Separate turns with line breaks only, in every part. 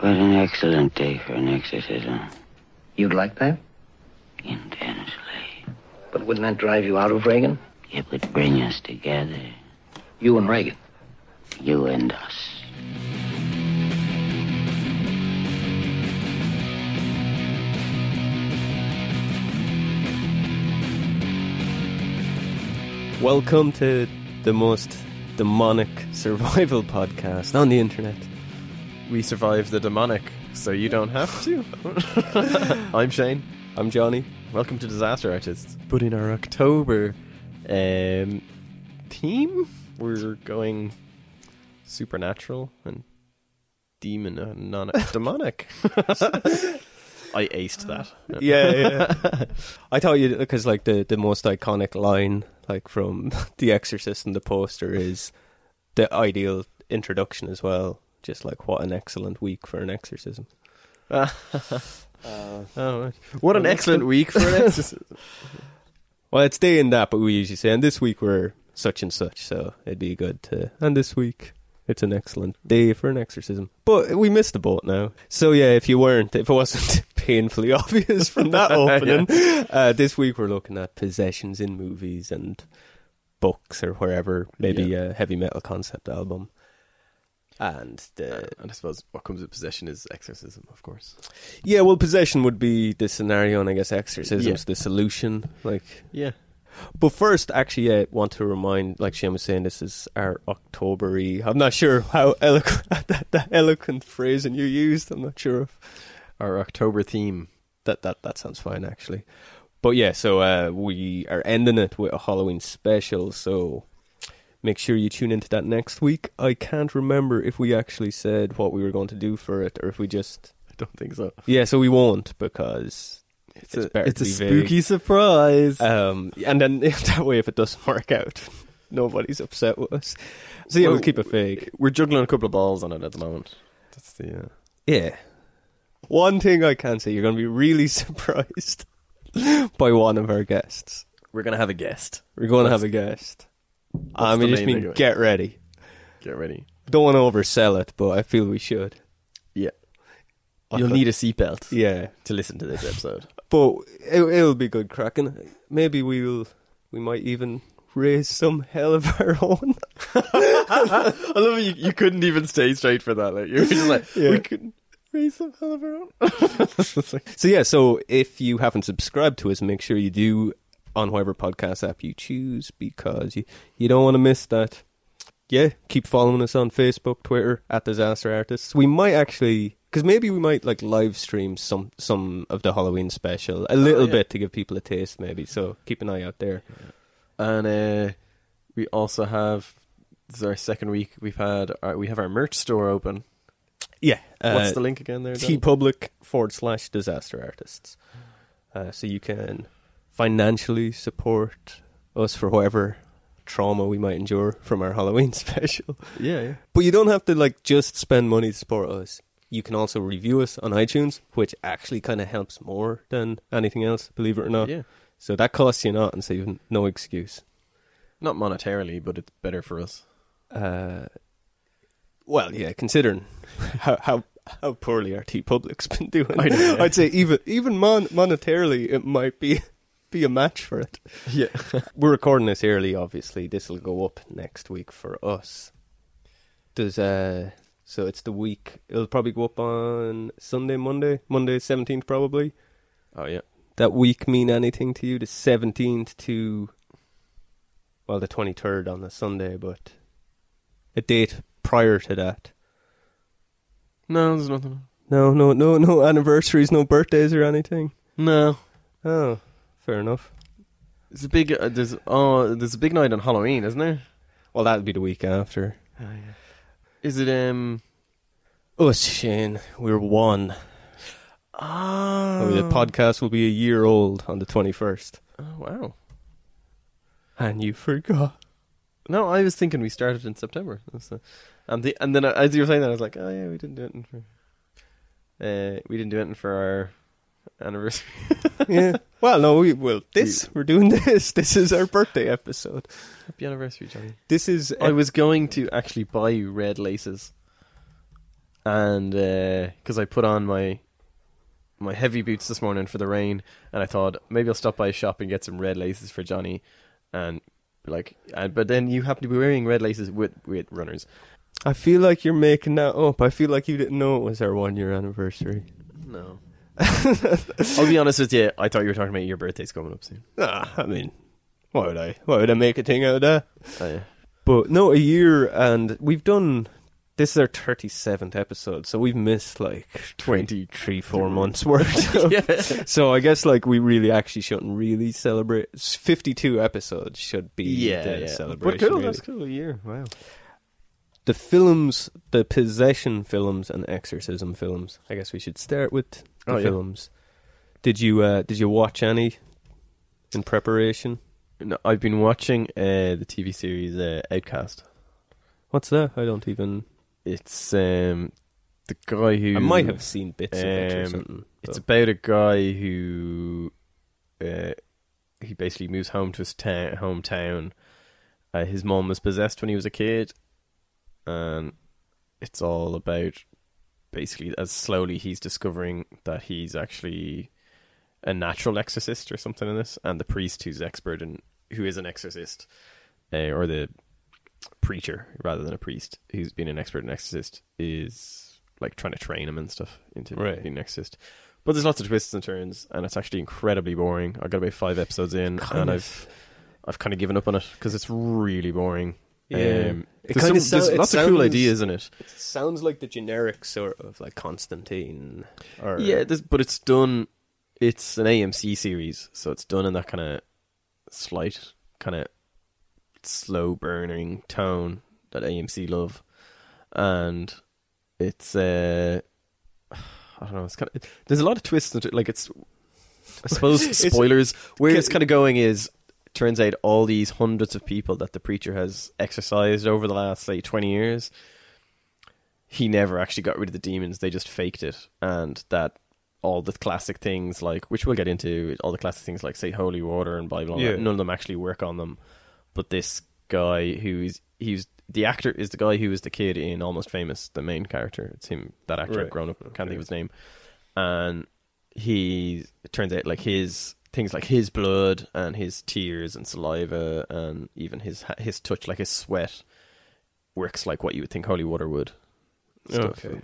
was an excellent day for an exorcism.
You'd like that?
Intensely.
But wouldn't that drive you out of Reagan?
It would bring us together.
You and Reagan.
You and us.
Welcome to the most demonic survival podcast on the internet.
We survived the demonic, so you don't have to. I'm Shane.
I'm Johnny.
Welcome to Disaster Artists. But in our October um, theme, we're going supernatural and demon uh, non- demonic. I aced that.
Yeah, yeah. I thought you because like the the most iconic line like from The Exorcist and the poster is the ideal introduction as well. Just like what an excellent week for an exorcism.
Oh, right. what an excellent week for an exorcism.
Well, it's day in that, but we usually say, and this week we're such and such, so it'd be good to. And this week, it's an excellent day for an exorcism. But we missed the boat now. So, yeah, if you weren't, if it wasn't painfully obvious from that opening, uh, this week we're looking at possessions in movies and books or wherever, maybe a heavy metal concept album. And the
Uh, and I suppose what comes with possession is exorcism, of course.
yeah, well, possession would be the scenario, and I guess exorcism's
Yeah.
the solution. Like,
Yeah.
But first, actually, I want to remind, like Shane was saying, this is our Octobery. I'm not sure how eloquent that, that eloquent phrasing you used. I'm not sure if
Our October theme.
that that that sounds fine actually. But yeah, so uh, we are ending it with a Halloween special. So make sure you tune into that next week. I can't remember if we actually said what we were going to do for it, or if we just
I don't think so.
yeah. So we won't because it's, better
it's
to
Uh, a
be vague.
spooky surprise.
Um, and then that way, if it doesn't work out, nobody's upset with us. So yeah, we'll,
Well,
keep it vague.
We're juggling a couple of balls on it at the moment. That's the. Uh,
Yeah. One thing I can say, you're going to be really surprised by one of our guests.
we're gonna have a guest.
We're going to have a guest. I mean,
the
just
main
mean
takeaway?
get ready.
Get ready.
Don't want to oversell it, but I feel we should.
Yeah.
I
You'll
thought-
need a seatbelt
Yeah,
to listen to this episode.
but it, it'll be good cracking. Maybe we'll we might even raise some hell of our own.
I love it. You, you couldn't even stay straight for that. Like you were just like,
Yeah.
we couldn't raise some hell of our own. It's like-
So yeah, so if you haven't subscribed to us, make sure you do on whatever podcast app you choose because you, you don't want to miss that. Yeah, keep following us on Facebook, Twitter at Disaster Artists. We might actually because maybe we might like live stream some some of the Halloween special a little
Oh, yeah.
bit to give people a taste, maybe. So keep an eye out there.
and uh, we also have this is our second week. We've had our, we have our merch store open.
Yeah,
What's the link again there? Dan?
T Public forward slash Disaster Artists. Uh, so you can financially support us for whatever trauma we might endure from our Halloween special.
Yeah, yeah.
But you don't have to like just spend money to support us. You can also review us on iTunes, which actually kind of helps more than anything else, believe it or not.
Yeah.
So that costs you not, and so you've no excuse.
Not monetarily, but it's better for us.
Uh, well, yeah, considering how how, how poorly our T Public's been doing,
I know, yeah.
would say even even mon- monetarily, it might be be a match for it.
Yeah.
We're recording this early, obviously. This will go up next week for us. Does uh, so it's the week. It'll probably go up on Sunday, Monday, Monday seventeenth, probably.
Oh yeah.
That week mean anything to you? The seventeenth to well, the twenty third on the Sunday, but a date prior to that.
No, there's nothing.
No, no, no, no anniversaries, no birthdays or anything.
No.
Oh, fair enough.
It's a big. Uh, there's oh, there's a big night on Halloween, isn't there?
Well, that'll be the week after.
Is it um?
Us, Shane, we're one.
Ah,
I mean, the podcast will be a year old on the 21st.
Oh, wow.
And you forgot.
No, I was thinking we started in September. That's the- and the and then I- as you were saying that, I was like, oh yeah, we didn't do it in for. Uh, we didn't do it in for our anniversary.
yeah. Well, no, we will. This, we're doing this. This is our birthday episode.
Happy anniversary, Johnny.
This is.
I was going to actually buy you red laces. and because I put on my my heavy boots this morning for the rain, and I thought maybe I'll stop by a shop and get some red laces for Johnny, and like, and, but then you happen to be wearing red laces with with runners.
I feel like you're making that up. I feel like you didn't know it was our one year anniversary.
No. I'll be honest with you. I thought you were talking about your birthday's coming up soon.
Ah, I mean, why would I? Why would I make a thing out of that?
Oh, yeah.
But no, a year, and we've done. This is our thirty seventh episode, so we've missed like
20.
three, four months worth. of- So I guess like we really actually shouldn't really celebrate. Fifty two episodes should be the celebration. really.
cool. A year. Wow.
The films, the possession films, and exorcism films. I guess we should start with the
Oh, yeah.
films. Did you uh, did you watch any in preparation?
No, I've been watching uh, the TV series uh, Outcast.
What's that? I don't even.
It's um, the guy who
I might have seen bits of it or
um,
something.
It's
but-
about a guy who uh, he basically moves home to his ta- hometown. Uh, his mom was possessed when he was a kid, and it's all about basically as slowly he's discovering that he's actually a natural exorcist or something in this, and the priest who's expert and who is an exorcist, uh, or the preacher rather than a priest who's been an expert in exorcist is like trying to train him and stuff into
Right.
being an exorcist. But there's lots of twists and turns, and it's actually incredibly boring. I got about five episodes in,
Kind
and
of-
I've I've kind of given up on it because it's really boring. Um,
Yeah. It
there's,
kinda
some,
sou-
there's
it
lots of cool
sounds-
ideas in it.
It sounds like the generic sort of like Constantine. Or
Yeah, this, but it's done. It's an AMC series, so it's done in that kind of slight, kind of slow burning tone that AMC love, and it's uh, I don't know. It's kind of there's a lot of twists. Into, like it's, I suppose
It's-
spoilers. where
Ca-
it's kind of going is. Turns out all these hundreds of people that the preacher has exercised over the last say twenty years he never actually got rid of the demons. They just faked it, and that all the classic things like which we'll get into all the classic things like say holy water and Bible. and all that,
Yeah.
None of them actually work on them, but this guy who's he's the actor is the guy who was the kid in Almost Famous, the main character. It's him that actor.
Right.
I've grown up, can't think of his name, and he it turns out like his things like his blood and his tears and saliva and even his his touch like his sweat works like what you would think holy water would stuff.
Okay.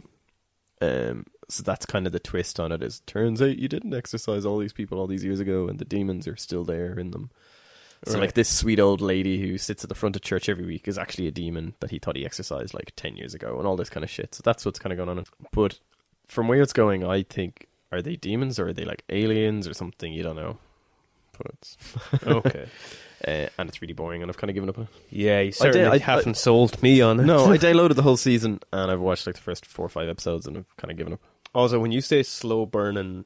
Um, so that's kind of the twist on it. Is turns out you didn't exercise all these people all these years ago, and the demons are still there in them. So
Right.
like this sweet old lady who sits at the front of church every week is actually a demon that he thought he exercised like ten years ago, and all this kind of shit. So that's what's kind of going on. But from where it's going, I think are they demons or are they like aliens or something? You don't know. But it's
Okay.
uh, and it's really boring, and I've kind of given up on it.
Yeah, you
I did-
certainly
I-
haven't sold me on it.
No, I downloaded the whole season, and I've watched like the first four or five episodes, and I've kind of given up.
Also, when you say slow burning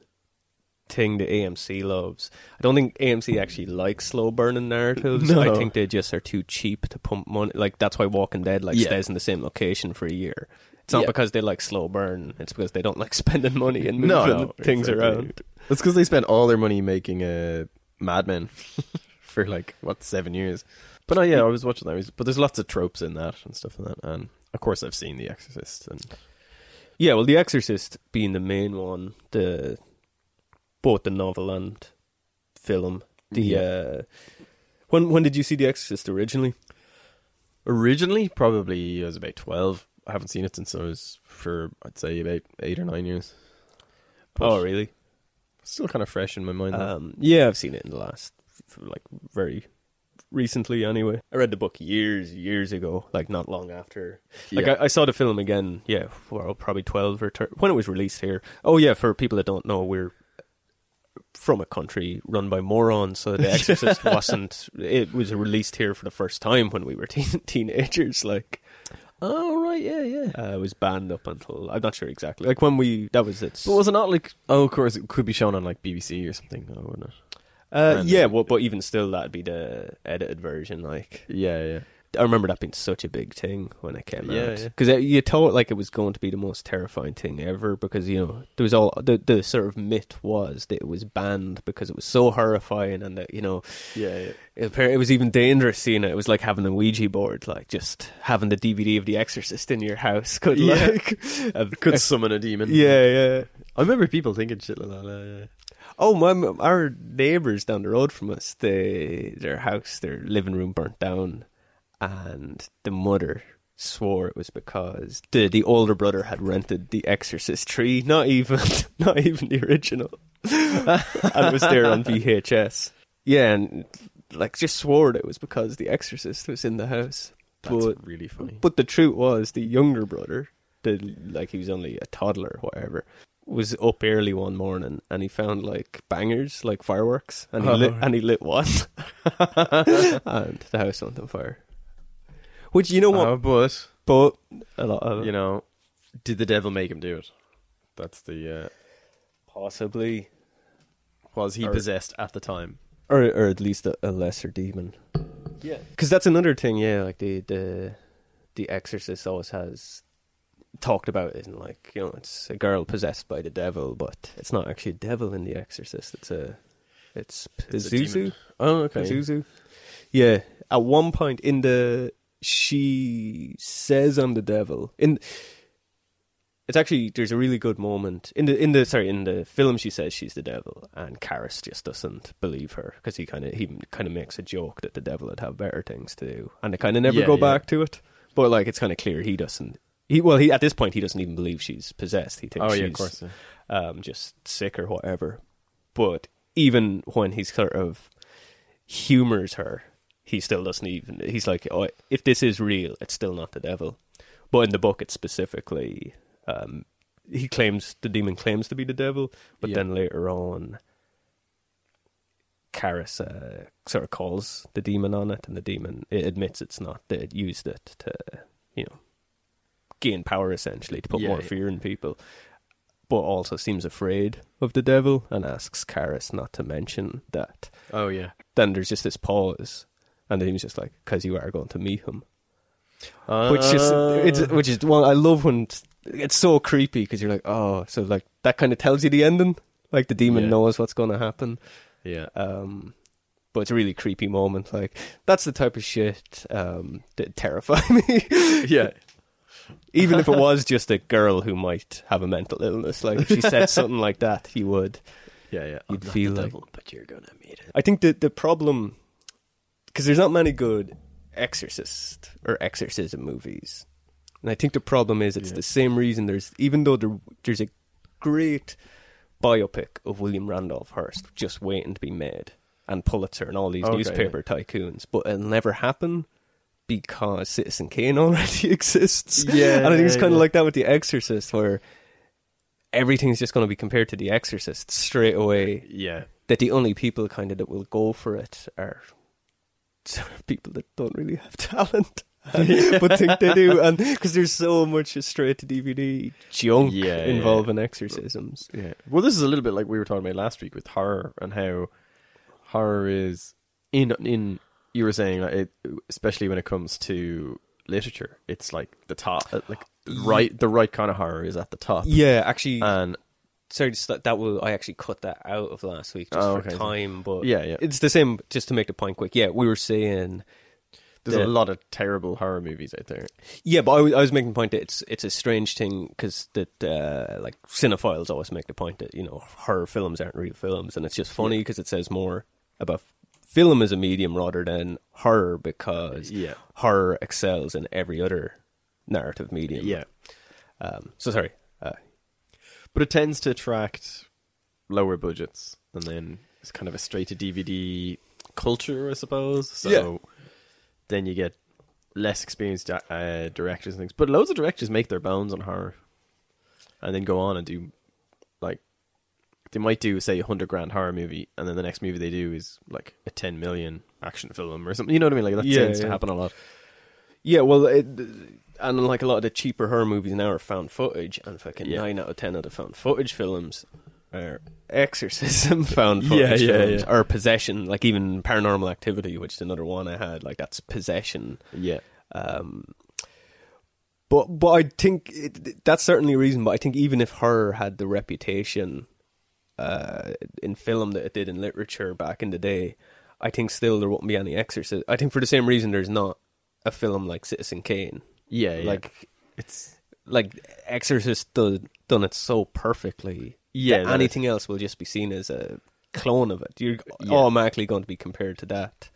thing that AMC loves, I don't think AMC actually likes slow burning narratives.
No.
I think they just are too cheap to pump money. Like that's why Walking Dead like
Yeah.
stays in the same location for a year. It's not
Yeah.
because they like slow burn; it's because they don't like spending money and moving things
exactly.
around.
That's because they spent all their money making a Mad Men for like what seven years. But no, yeah, I was watching that. But there's lots of tropes in that and stuff in that. And of course, I've seen The Exorcist. And
Yeah, well, The Exorcist being the main one, the both the novel and film. The
Yeah.
uh, when when did you see The Exorcist originally?
originally, probably I was about twelve. I haven't seen it since I was for I'd say about eight or nine years. But
Oh, really?
Still kind of fresh in my mind. though.
Um, yeah, I've seen it in the last, f- like, very recently. Anyway, I read the book years, years ago. Like not long after. Like
Yeah.
I, I saw the film again. Yeah, well, probably twelve or 13, when it was released here. Oh yeah, for people that don't know, we're from a country run by morons, so The Exorcist wasn't. It was released here for the first time when we were teen, teenagers. Like.
oh right, yeah, yeah.
Uh, it was banned up until I'm not sure exactly. Like when we that was its
But was it not like? Oh, of course, it could be shown on like BBC or something, though, wouldn't it?
uh,
and
yeah.
then-
Well, but even still, that'd be the edited version. Like
Yeah, yeah.
I remember that being such a big thing when it came
Yeah,
out
yeah.
because you thought like it was going to be the most terrifying thing ever because you know there was all the the sort of myth was that it was banned because it was so horrifying and that you know
Yeah, yeah.
it, appar- it was even dangerous seeing it. It was like having a Ouija board, like just having the DVD of The Exorcist in your house could
Yeah.
like have-
Could summon a demon.
yeah, yeah.
I remember people thinking shit like that. yeah, yeah.
Oh, my, m- our neighbors down the road from us, they, their house, their living room burnt down, and the mother swore it was because the the older brother had rented The Exorcist three, not even not even the original, and it was there on VHS. Yeah, and like just swore it was because The Exorcist was in the house.
That's
but
really funny.
but the truth was, the younger brother, the like he was only a toddler, or whatever, was up early one morning and he found like bangers, like fireworks, and he
Oh.
lit and he lit one, and the house went on fire. Which you know what, Uh.
Uh, but
but Oh. a lot of
you know, did the devil make him do it? That's the. Uh,
possibly,
was he
Or-
possessed at the time?
or or at least a, a lesser demon.
Yeah.
Because that's another thing, yeah. Like the the the Exorcist always has talked about it, and like you know, it's a girl possessed by the devil, but it's not actually a devil in the Exorcist. It's a it's
It's a
Pazuzu.
demon. Oh, okay.
Pazuzu. Yeah. At one point in the she says I'm the devil in. It's actually there's a really good moment in the in the sorry in the film she says she's the devil and Karis just doesn't believe her because he kind of he kind of makes a joke that the devil would have better things to do and they kind of never
Yeah,
go
yeah.
back to it but like it's kind of clear he doesn't he well he at this point he doesn't even believe she's possessed he thinks
Oh,
she's
yeah, of course. yeah.
um, just sick or whatever. But even when he sort of humors her, he still doesn't even. He's like, oh, if this is real, it's still not the devil. But in the book, it's specifically. Um, he claims the demon claims to be the devil, but
Yeah.
then later on, Karis uh, sort of calls the demon on it, and the demon it admits it's not. That it used it to, you know, gain power essentially to put
Yeah,
more
yeah.
fear in people, but also seems afraid of the devil and asks Karis not to mention that.
Oh, yeah.
Then there's just this pause, and then he's just like, "Because you are going to meet him," which is
Uh,
it's, which is well, I love when it's- it's so creepy because you're like, "Oh," so like that kind of tells you the ending. Like the demon
Yeah.
knows what's going to happen.
yeah.
Um, but it's a really creepy moment. Like that's the type of shit um, that terrify me.
yeah.
Even if it was just a girl who might have a mental illness, like if she said something like that, you would.
Yeah, yeah.
You'd feel like-
but you're going to meet it.
I think the the problem because there's not many good exorcist or exorcism movies, and I think the problem is it's
Yeah.
the same reason there's even though there, there's a great biopic of William Randolph Hearst just waiting to be made, and Pulitzer and all these
Okay,
newspaper tycoons, but it'll never happen because Citizen Kane already exists.
Yeah,
and I think it's kind of
yeah.
like that with The Exorcist, where everything's just going to be compared to The Exorcist straight away
Yeah.
that the only people kind of that will go for it are sort of people that don't really have talent but think they do and because there's so much straight to dvd junk
Yeah, yeah,
involving exorcisms
Yeah. Well, this is a little bit like we were talking about last week with horror and how horror is in in you were saying like it, especially when it comes to literature, it's like the top, uh, like right the right kind of horror is at the top.
yeah actually
And
sorry to start- that will i actually cut that out of last week just
Oh,
for
okay.
time but
Yeah, yeah.
it's the same just to make the point quick yeah we were saying
there's
Yeah.
a lot of terrible horror movies out there.
Yeah, but I was, I was making the point that it's it's a strange thing because that uh, like cinephiles always make the point that you know horror films aren't real films, and it's just funny because it says more about f- film as a medium rather than horror because
Yeah.
horror excels in every other narrative medium. Um, so sorry. Uh,
but it tends to attract lower budgets, and then it's kind of a straight to DVD culture, I suppose. So
Yeah.
then you get less experienced di- uh, directors and things. But loads of directors make their bones on horror, and then go on and do like they might do say a hundred grand horror movie, and then the next movie they do is like a ten million action film or something. You know what I mean? Like that
Yeah,
tends to
yeah.
happen a lot.
yeah, well, it, and like a lot of the cheaper horror movies now are found footage, and fucking
Yeah.
nine out of ten of the found footage films or exorcism found
Yeah,
footage
yeah,
films,
yeah.
or possession, like even paranormal activity, which is another one I had. Like that's possession.
Yeah.
Um, but but I think it, that's certainly a reason. But I think even if horror had the reputation uh, in film that it did in literature back in the day, I think still there wouldn't be any exorcism. I think for the same reason there's not a film like Citizen Kane.
Yeah, yeah.
Like
It's
like Exorcist does, done it so perfectly.
Yeah,
that
that
anything else will just be seen as a clone of it. You're automatically going to be compared to that.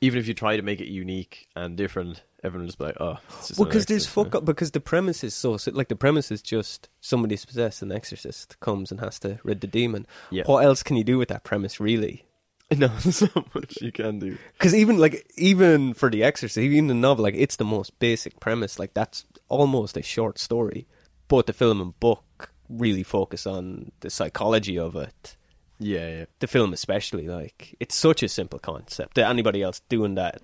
even if you try to make it unique and different, everyone just be like, oh, it's just
Well,
another
because there's
exorcist,
fuck up. Because the premise is so si- like the premise is just somebody's possessed, an exorcist comes and has to rid the demon.
Yeah.
What else can you do with that premise, really?
yeah. No, there's not much you can do.
Because even like even for the Exorcist, even the novel, like it's the most basic premise. Like that's almost a short story, but the film and book really focus on the psychology of it.
Yeah, yeah.
The film, especially, like it's such a simple concept that anybody else doing that,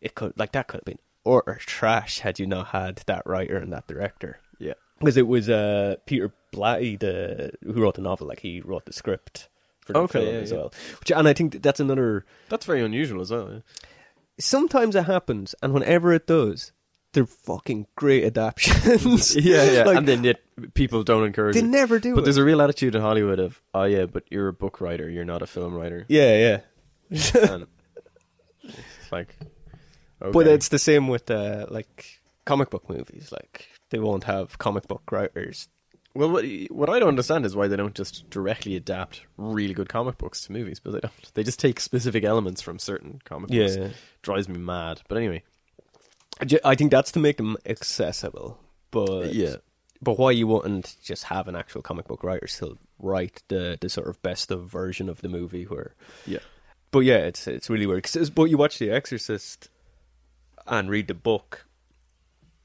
it could like that could have been utter trash had you not had that writer and that director.
Yeah.
because it was uh, Peter Blatty the who wrote the novel. Like he wrote the script for the
Okay,
film
yeah,
as
yeah.
well. Which, and I think that that's another.
That's very unusual as well. yeah.
Sometimes it happens, and whenever it does, they're fucking great adaptions. Like,
and then yet people don't encourage
they
it.
never do
But
it.
there's a real attitude in Hollywood of, oh, yeah, but you're a book writer, you're not a film writer.
yeah, yeah.
and it's like, okay.
But it's the same with uh, like comic book movies. Like they won't have comic book writers.
Well, what, what I don't understand is why they don't just directly adapt really good comic books to movies, but they don't. They just take specific elements from certain comic books.
Yeah.
Drives me mad. But anyway,
I ju- I think that's to make them accessible. But
Yeah.
But why you wouldn't just have an actual comic book writer still write the, the sort of best of version of the movie where
yeah.
But yeah, it's it's really weird. 'Cause it's- but you watch The Exorcist and read the book.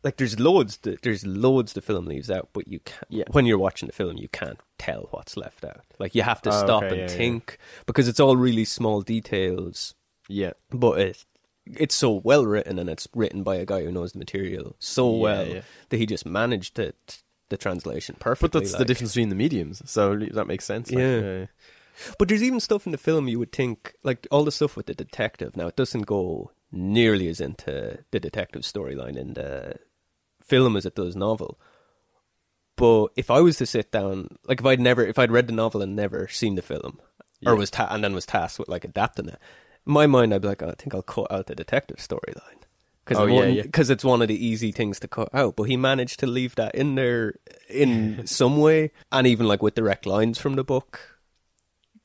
Like there's loads, that, there's loads the film leaves out, but you can't.
Yeah.
When you're watching the film, you can't tell what's left out. Like you have to
Oh,
stop
okay,
and
yeah, yeah.
think because it's all really small details.
Yeah.
But it, it's so well written, and it's written by a guy who knows the material so
Yeah,
well
yeah.
that he just managed it, the translation
But
perfectly.
that's the
like.
difference between the mediums, so that makes sense. like,
Yeah.
uh,
But there's even stuff in the film you would think, like all the stuff with the detective. Now it doesn't go nearly as into the detective storyline in the film as it does novel. But if I was to sit down, like if I'd never, if I'd read the novel and never seen the film, or
Yeah.
was ta- and then was tasked with like adapting it, in my mind I'd be like, oh, I think I'll cut out the detective storyline because
Oh, yeah, yeah.
because it's one of the easy things to cut out. But he managed to leave that in there in some way, and even like with direct lines from the book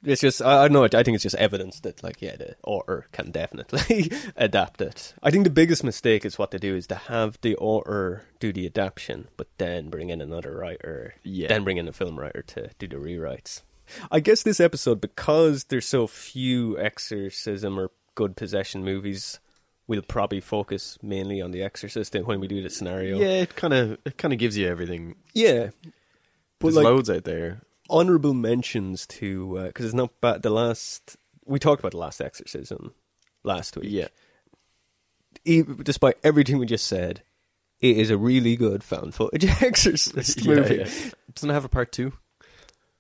it's just I, I don't know. I think it's just evidence that like yeah, the author can definitely adapt it. I think the biggest mistake is what they do is to have the author do the adaptation, but then bring in another writer,
Yeah.
then bring in a film writer to do the rewrites. I guess this episode because there's so few exorcism or good possession movies, we'll probably focus mainly on the exorcist when we do the scenario.
yeah, it kind of it kind of gives you everything.
yeah. But
There's
like,
loads out there.
honorable mentions to because it's not bad. The last we talked about the last exorcism last week.
Yeah.
E- despite everything we just said, it is a really good found footage exorcist movie.
Yeah, yeah. Doesn't it have a part two?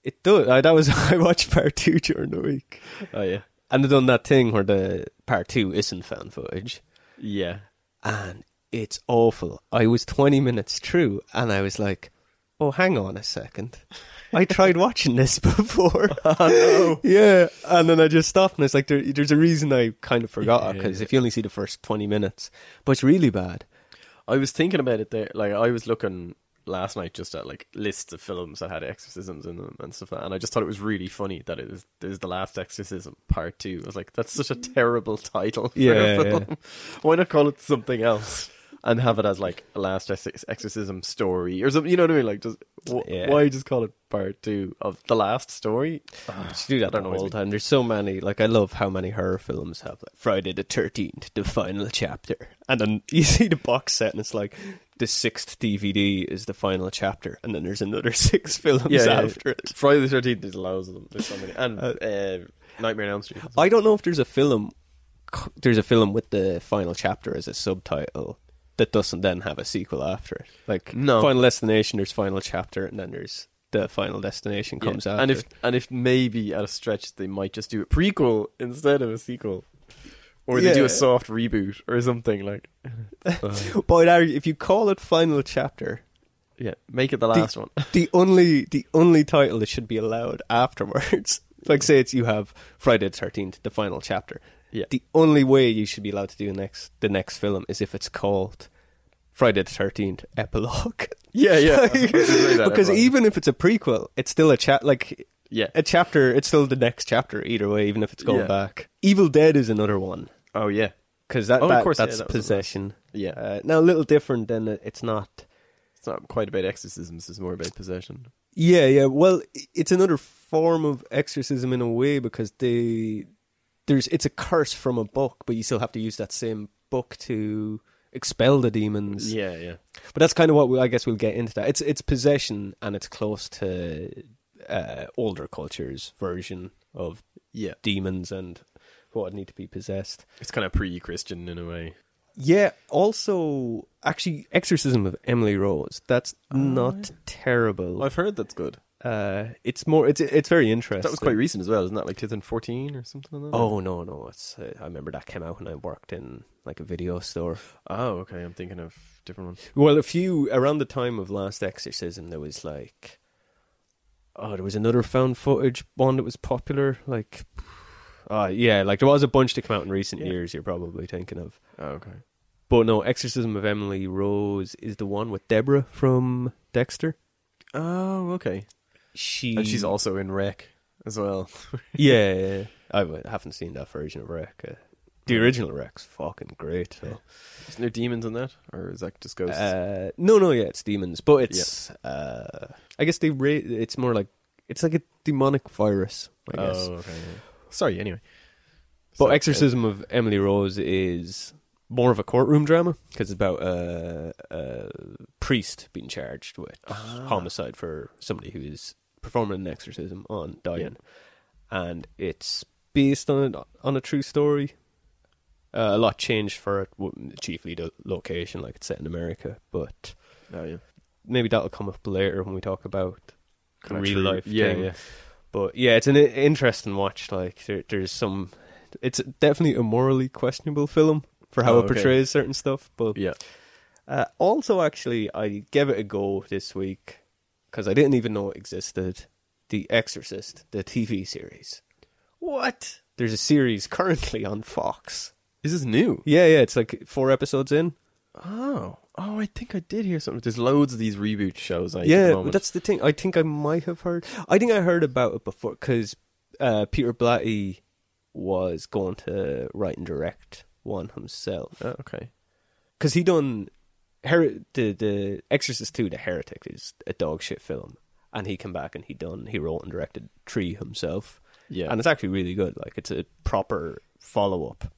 It does. I, that was I watched part two during the week,
Oh yeah,
and they've done that thing where the part two isn't found footage,
yeah.
and it's awful. I was twenty minutes through, and I was like. Oh, hang on a second. I tried watching this before. Yeah, and then I just stopped, and it's like there, there's a reason I kind of forgot
Yeah.
because if you only see the first twenty minutes, but it's really bad.
I was thinking about it there. Like I was looking last night just at like lists of films that had exorcisms in them and stuff, like that, and I just thought it was really funny that it is there's the last exorcism part two. I was like, that's such a terrible title. For
Yeah,
a film. Why not call it something else? And have it as like a last ex- exorcism story or something. You know what I mean? Like, just wh-
Yeah.
why just call it part two of the last story?
Just do that
that
the
annoys
whole
me.
time. There's so many. Like I love how many horror films have like Friday the Thirteenth, the final chapter, and then you see the box set, and it's like the sixth DVD is the final chapter, and then there's another six films after it.
Friday the Thirteenth. There's loads of them. There's so many. And uh, Nightmare on Elm Street.
I don't know if there's a film. There's a film with the final chapter as a subtitle that doesn't then have a sequel after it. Like
No.
Final Destination, there's final chapter, and then there's the Final Destination
Yeah,
comes out.
and if and if maybe at a stretch they might just do a prequel instead of a sequel, or they do
Yeah.
a soft reboot or something like. uh,
but I'd argue if you call it Final Chapter,
Yeah, make it the last one.
the only the only title that should be allowed afterwards. Like say it's you have Friday the Thirteenth, the final chapter.
Yeah.
The only way you should be allowed to do the next the next film is if it's called Friday the Thirteenth Epilogue.
Yeah, yeah.
because even if it's a prequel, it's still a chat like
yeah,
a chapter. It's still the next chapter either way, even if it's going
Yeah.
back. Evil Dead is another one
oh yeah,
because that,
Oh, of
that-
course, yeah,
that's
that was another one.
possession.
yeah.
Uh, now a little different than it- it's not.
it's not quite about exorcisms; it's more about possession.
Yeah, yeah. Well, i- it's another form of exorcism in a way because they there's it's a curse from a book, but you still have to use that same book to expel the demons.
Yeah, yeah,
But that's kind of what we, I guess we'll get into that. It's it's possession and it's close to uh, older cultures' version of
yeah.
demons and what need to be possessed.
It's kind of pre-Christian in a way.
Yeah. Also, actually, Exorcism of Emily Rose. That's
Oh,
not terrible.
I've heard that's good.
Uh, it's more. It's it's very interesting.
That was quite recent as well, isn't that like 2014 or something like that?
Oh no, no! It's uh, I remember that came out when I worked in like a video store.
oh, okay. I'm thinking of a different one.
Well, a few around the time of Last Exorcism, there was like, oh, there was another found footage one that was popular. Like, uh yeah, like there was a bunch that came out in recent
Yeah.
years. You're probably thinking of,
Oh, okay.
but no, Exorcism of Emily Rose is the one with Deborah from Dexter.
Oh, okay.
She
And she's also in Wreck as well.
yeah, yeah, yeah. I w- haven't seen that version of Wreck. Uh, the original Wreck's fucking great. though.
Isn't there demons in that, or is that just ghosts?
Uh, no, no, yeah, it's demons, but it's uh, I guess they ra- it's more like it's like a demonic virus, I
oh,
guess.
okay. yeah. Sorry. Anyway,
but
So-
Exorcism of Emily Rose is more of a courtroom drama because it's about a, a priest being charged with
Ah.
homicide for somebody who is performing an exorcism on Diane, and it's based on on a true story. Uh, a lot changed for it, w- chiefly the location, like it's set in America, but
Oh yeah.
maybe that'll come up later when we talk about the
Kinda
real
true.
life.
Yeah,
thing.
yeah.
But yeah, it's an i- interesting watch. Like there, there's some. It's definitely a morally questionable film for how
Oh,
it
okay.
portrays certain stuff. But
Yeah.
uh, also, actually, I gave it a go this week because I didn't even know it existed. The Exorcist, the TV series.
What?
There's a series currently on Fox.
Is this new?
Yeah, yeah, it's like four episodes in.
Oh. Oh, I think I did hear something. There's loads of these reboot shows. Like, at the
yeah,
moment.
that's the thing. I think I might have heard. I think I heard about it before because uh, Peter Blatty was going to write and direct one himself
Oh, okay.
because he done Her- the the Exorcist two. The Heretic is a dog shit film, and he came back and he done he wrote and directed Tree himself.
Yeah.
and it's actually really good. Like it's a proper follow up.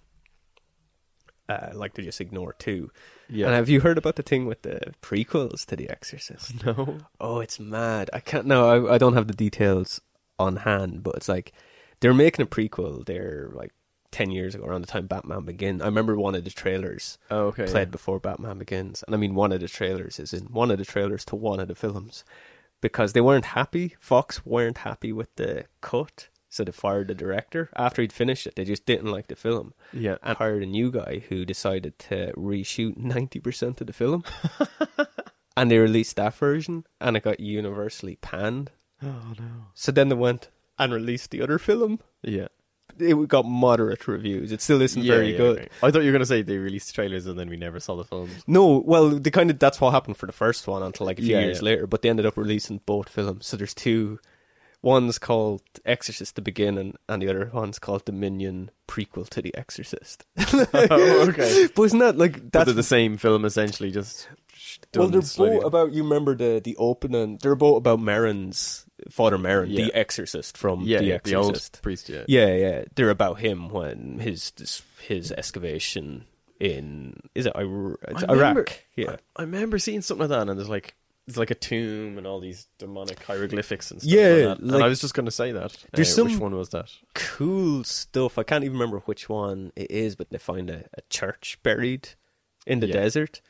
Uh, like they just ignore two.
Yeah.
And have you heard about the thing with the prequels to The Exorcist?
No.
Oh, it's mad. I can't. No, I, I don't have the details on hand, but it's like they're making a prequel. They're like ten years ago, around the time Batman Begins. I remember one of the trailers
Oh, okay.
played before Batman Begins, and I mean one of the trailers is in one of the trailers to one of the films because they weren't happy. Fox weren't happy with the cut, so they fired the director after he'd finished it. They just didn't like the film.
Yeah.
and hired a new guy who decided to reshoot ninety percent of the film and they released that version and it got universally panned.
Oh no.
So then they went and released the other film.
Yeah.
It got moderate reviews. It still isn't very
yeah,
good.
right. I thought you were gonna say they released trailers and then we never saw the films.
No, well, they kind of that's what happened for the first one until like a few
Yeah,
years
yeah.
later. But they ended up releasing both films. So there's two. One's called Exorcist: The Beginning, and the other one's called The Minion prequel to The Exorcist.
oh, okay.
but isn't that like
But
that's
they're the same film essentially, just sh-
Well,
done
they're
slightly
both about. You remember the the opening? They're both about Marin's father, Marin,
Yeah.
the Exorcist from
yeah,
the
yeah, the old
Exorcist.
priest. Yeah,
yeah, yeah. They're about him when his this, his excavation in is it Ira- it's
I
Iraq?
remember-
yeah,
I remember seeing something like that, and there's like it's like a tomb and all these demonic hieroglyphics and stuff.
Yeah,
like that. and
like-
I was just going to say that.
There's
Uh,
some-
which one was that?
cool stuff. I can't even remember which one it is, but they find a, a church buried in the
Yeah.
desert.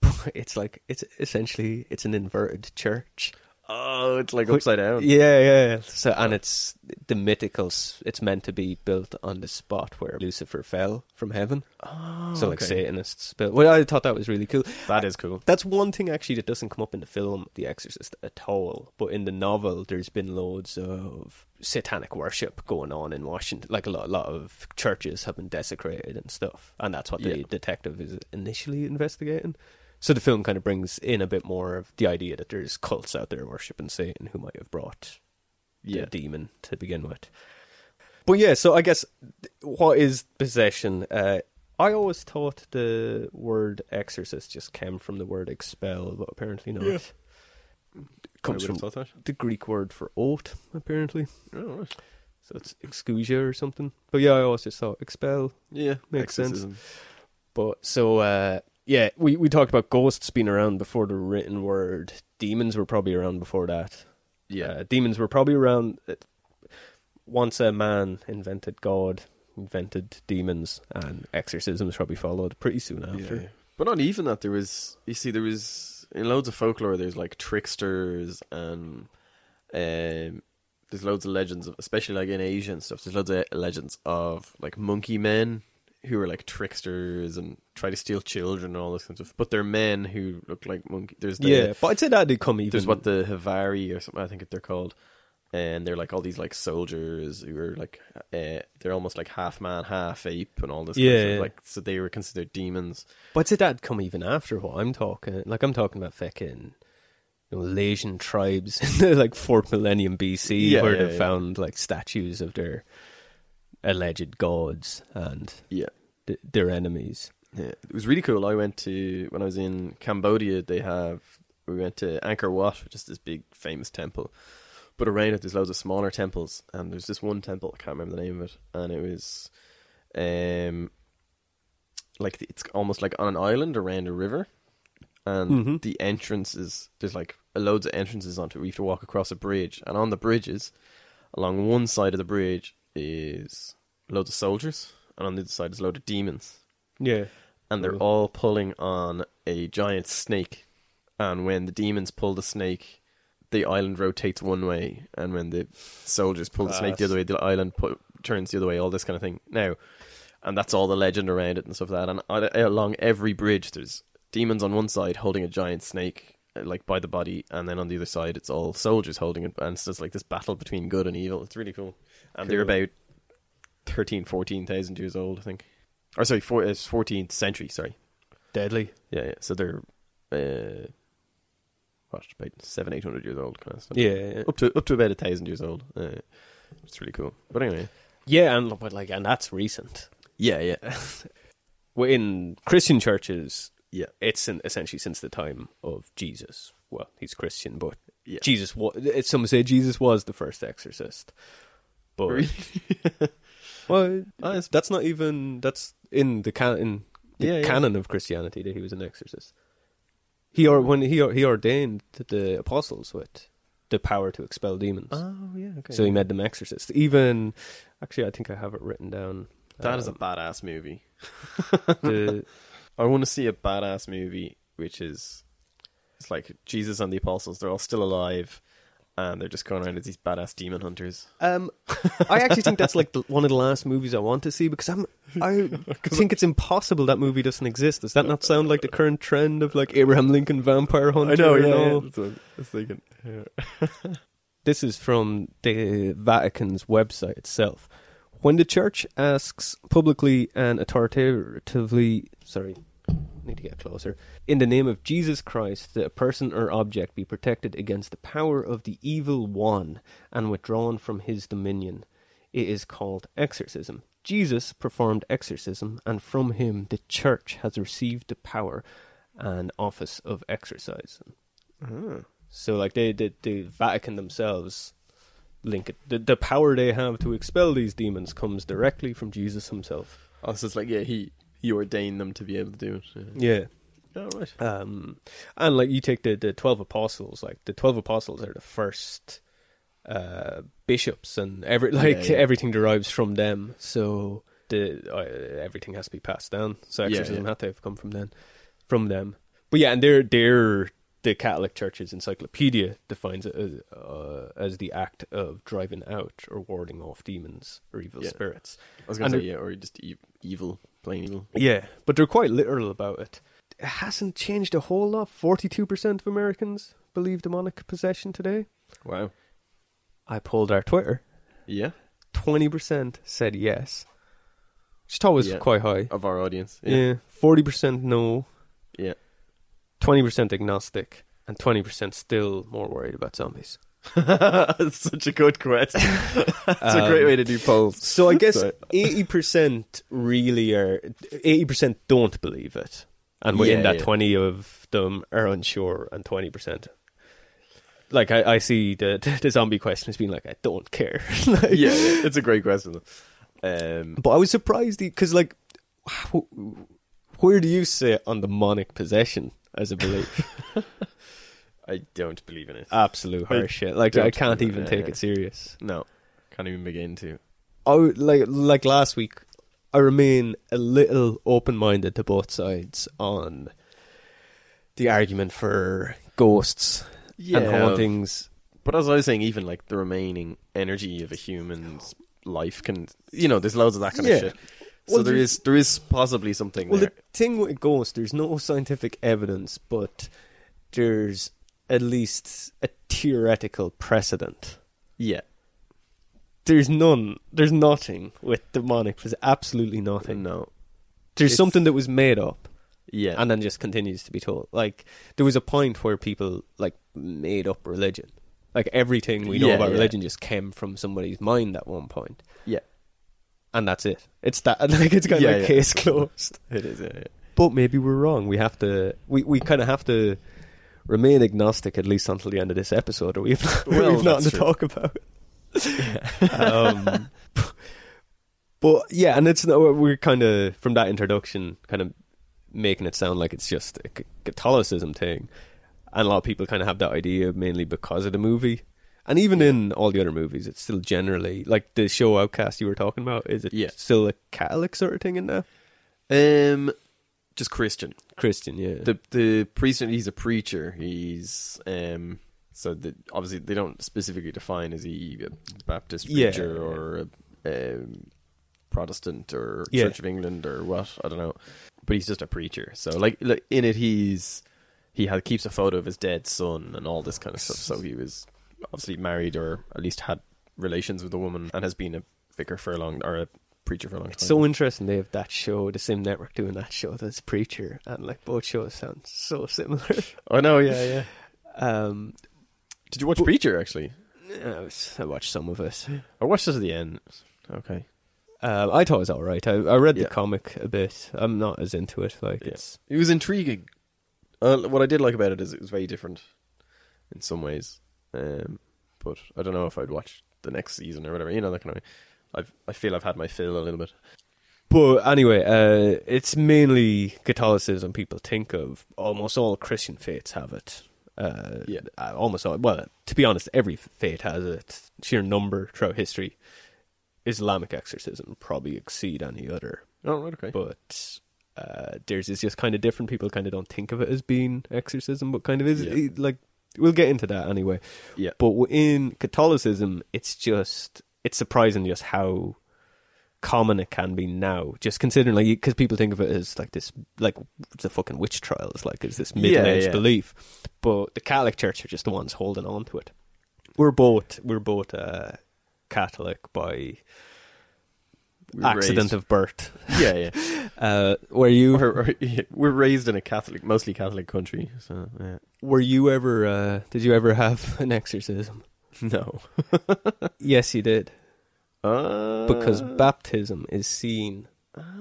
But it's like it's essentially it's an inverted church.
Oh, it's like upside down.
Yeah, yeah. So, and it's the mythical. s- It's meant to be built on the spot where Lucifer fell from heaven.
Oh,
so, like
okay.
Satanists built. Well, I thought that was really cool.
That is cool.
That's one thing actually that doesn't come up in the film The Exorcist at all. But in the novel, there's been loads of satanic worship going on in Washington. Like a lot, a lot of churches have been desecrated and stuff, and that's what the
Yeah.
detective is initially investigating. So the film kind of brings in a bit more of the idea that there's cults out there worshiping Satan who might have brought
Yeah.
the demon to begin with. But yeah, so I guess th- what is possession? Uh, I always thought the word exorcist just came from the word expel, but apparently not.
Yeah.
Comes
I would
from
have thought that.
the Greek word for oath, apparently.
Oh, right.
So it's excusia or something. But yeah, I always just thought expel.
Yeah,
Makes sense. But so uh, yeah, we we talked about ghosts being around before the written word. Demons were probably around before that.
Yeah.
Uh, demons were probably around uh, once a man invented God, invented demons, and exorcisms probably followed pretty soon after.
Yeah. But not even that. There was, you see, there was in loads of folklore. There's like tricksters and um, there's loads of legends, of, especially like in Asia and stuff. There's loads of legends of like monkey men who are like tricksters and try to steal children and all this kind of stuff. But they're men who look like monkey. There's the,
Yeah, but I'd say that did come even.
there's what the Havari or something I think they're called, and they're like all these like soldiers who are like uh, they're almost like half man, half ape, and all this. kind of
Yeah,
stuff.
yeah.
like so they were considered demons.
but I'd say that come even after what I'm talking. Like I'm talking about fucking. You know, Lasian tribes in the like fourth millennium BC,
Yeah,
where
yeah,
they
yeah.
found like statues of their alleged gods and
Yeah,
th- their enemies.
yeah. It was really cool. I went to when I was in Cambodia. They have we went to Angkor Wat, which is this big famous temple. But around it, there's loads of smaller temples, and there's this one temple I can't remember the name of it, and it was, um, like it's almost like on an island around a river, and
Mhm.
the entrance is there's like loads of entrances onto it. We have to walk across a bridge, and on the bridges, along one side of the bridge is loads of soldiers, and on the other side is a load of demons,
Yeah,
and they're
Cool.
all pulling on a giant snake. And when the demons pull the snake, the island rotates one way, and when the soldiers pull the snake the
Class.
other way, the island pu- turns the other way. All this kind of thing. Now, and that's all the legend around it and stuff like that. And a- along every bridge, there's demons on one side holding a giant snake uh, like by the body, and then on the other side, it's all soldiers holding it. And it's just like this battle between good and evil. It's really cool. And they're
Cool.
about 13, 14,000 years old, I think. Or sorry, four, it's 14th century. Sorry.
deadly.
Yeah, yeah. So they're uh, what about seven, eight hundred years old, kind of stuff.
Yeah, yeah.
Up to up to about a thousand years old. Uh, it's really cool. But anyway,
Yeah, and but like, and that's recent.
yeah, yeah,
In Christian churches,
yeah,
it's in, essentially since the time of Jesus. Well, he's Christian, but
Yeah.
Jesus was. Some say Jesus was the first exorcist, but
Really?
well,
Oh, it's-
that's not even that's in the can in the
Yeah, yeah.
canon of Christianity that he was an exorcist. He or when he or- he ordained the apostles with the power to expel demons.
Oh yeah, okay.
So he made them exorcists. Even actually, I think I have it written down. Uh,
that is a badass movie.
the,
I want to see a badass movie, which is it's like Jesus and the apostles. They're all still alive, and they're just going around as these badass demon hunters.
um, I actually think that's like the, one of the last movies I want to see because I'm I think it's impossible that movie doesn't exist. Does that not sound like the current trend of like Abraham Lincoln vampire hunter? and all?
thinking.
This is from the Vatican's website itself. When the church asks publicly and authoritatively, sorry, need to get closer, in the name of Jesus Christ, that a person or object be protected against the power of the evil one and withdrawn from his dominion, it is called exorcism. Jesus performed exorcism, and from him the church has received the power and office of exorcism. So like they, they the Vatican themselves link it. The, the power they have to expel these demons comes directly from Jesus himself.
Also, Oh, it's like yeah, he he ordained them to be able to do it. Yeah.
Yeah.
Oh right.
Um and like you take the the 12 apostles, like the 12 apostles are the first uh bishops and every like
yeah.
everything derives from them. So the uh, everything has to be passed down. So
Yeah,
exorcism
yeah.
had to have come from then from them. But yeah, and they're they're the Catholic Church's encyclopedia defines it as, uh, as the act of driving out or warding off demons or evil
Yeah.
spirits.
I was going
And
to
they're-
say, yeah, or just e- evil, plain evil.
Yeah, but they're quite literal about it. It hasn't changed a whole lot. 42% of Americans believe demonic possession today.
Wow.
I pulled our Twitter.
Yeah.
20% said yes, which I thought was
Yeah. Oh,
quite high.
Of our audience.
Yeah. 40% no,
Yeah.
20% agnostic, and 20% still more worried about zombies.
That's such a good question. That's a great way to do polls.
So I guess
Sorry.
80% really are, 80% don't believe it. And within
Yeah,
that
yeah.
20 of them are unsure, and 20%. Like I, I see the, the zombie question as being like I don't care. Like-
Yeah, yeah, it's a great question. Um,
But I was surprised because, like, wh- where do you sit on demonic possession as a belief?
I don't believe in it.
Absolute
I
horse shit. Like,
don't
I can't
believe it,
even
yeah,
take
yeah.
it serious.
No, can't even begin to.
Oh, like like last week, I remain a little open minded to both sides on the argument for ghosts and hauntings.
But as I was saying, even like the remaining energy of a human's life can, you know, there's loads of that kind
Yeah.
of shit. So
Well,
there
there's-
is there is possibly something
Well,
there.
the thing with ghosts, there's no scientific evidence, but there's at least a theoretical precedent.
yeah,
there's none. There's nothing with demonic. There's absolutely nothing.
no,
There's
It's-
something that was made up
yeah,
and then just continues to be told. Like there was a point where people like made up religion. Like everything we know
Yeah,
about
yeah.
religion just came from somebody's mind at one point,
yeah,
and that's it. It's that like it's kind
Yeah,
of like
yeah.
case closed.
it is. Yeah, yeah.
But maybe we're wrong. We have to. We we kind of have to remain agnostic at least until the end of this episode, or we've not,
Well,
we've nothing
that's
to
true.
talk about. um, but yeah, and it's no- we're kind of from that introduction, kind of making it sound like it's just a C- Catholicism thing, and a lot of people kind of have that idea mainly because of the movie. And even in all the other movies, it's still generally like the show Outcast you were talking about. Is it
Yeah.
still a Catholic sort of thing in there?
Um, just Christian.
Christian, yeah.
The the priest. He's a preacher. He's um. So the, obviously they don't specifically define is he a Baptist
Yeah.
preacher or a um, Protestant or
Yeah.
Church of England or what I don't know. But he's just a preacher. So like look, in it he's he ha keeps a photo of his dead son and all this kind of stuff. So he was obviously married or at least had relations with a woman and has been a vicar for a long or a preacher for a long
It's
time.
so interesting they have that show, the same network doing that show that's Preacher, and like both shows sound so similar.
I know. Yeah, yeah.
Um,
Did you watch Preacher actually?
I, was- I watched some of it.
I watched it at the end. Okay.
Um, I thought it was all right. I, I read
Yeah.
the comic a bit. I'm not as into it. Like
Yes.
it's
It was intriguing. Uh, what I did like about it is it was very different in some ways. Um, but I don't know if I'd watch the next season or whatever. You know, that kind of way. I've, I feel I've had my fill a little bit.
But anyway, uh, it's mainly Catholicism people think of. Almost all Christian faiths have it. Uh,
Yeah.
uh, Almost all. Well, to be honest, every f- faith has it. Sheer number throughout history, Islamic exorcism probably exceed any other.
Oh, right, okay.
But uh, theirs is just kind of different. People kind of don't think of it as being exorcism, but kind of is.
Yeah.
It- like we'll get into that anyway.
yeah.
But within Catholicism, it's just it's surprising just how common it can be now. Just considering, like, because people think of it as like this, like the fucking witch trials, like is this middle aged
yeah.
belief, but the Catholic Church are just the ones holding on to it. We're both we're both uh, Catholic by
We were
accident
raised-
of birth.
Yeah, yeah.
Uh, were you
we're, we're- yeah, we're raised in a Catholic, mostly Catholic country. So, yeah.
were you ever uh, did you ever have an exorcism?
No.
Yes, you did.
Uh,
because baptism is seen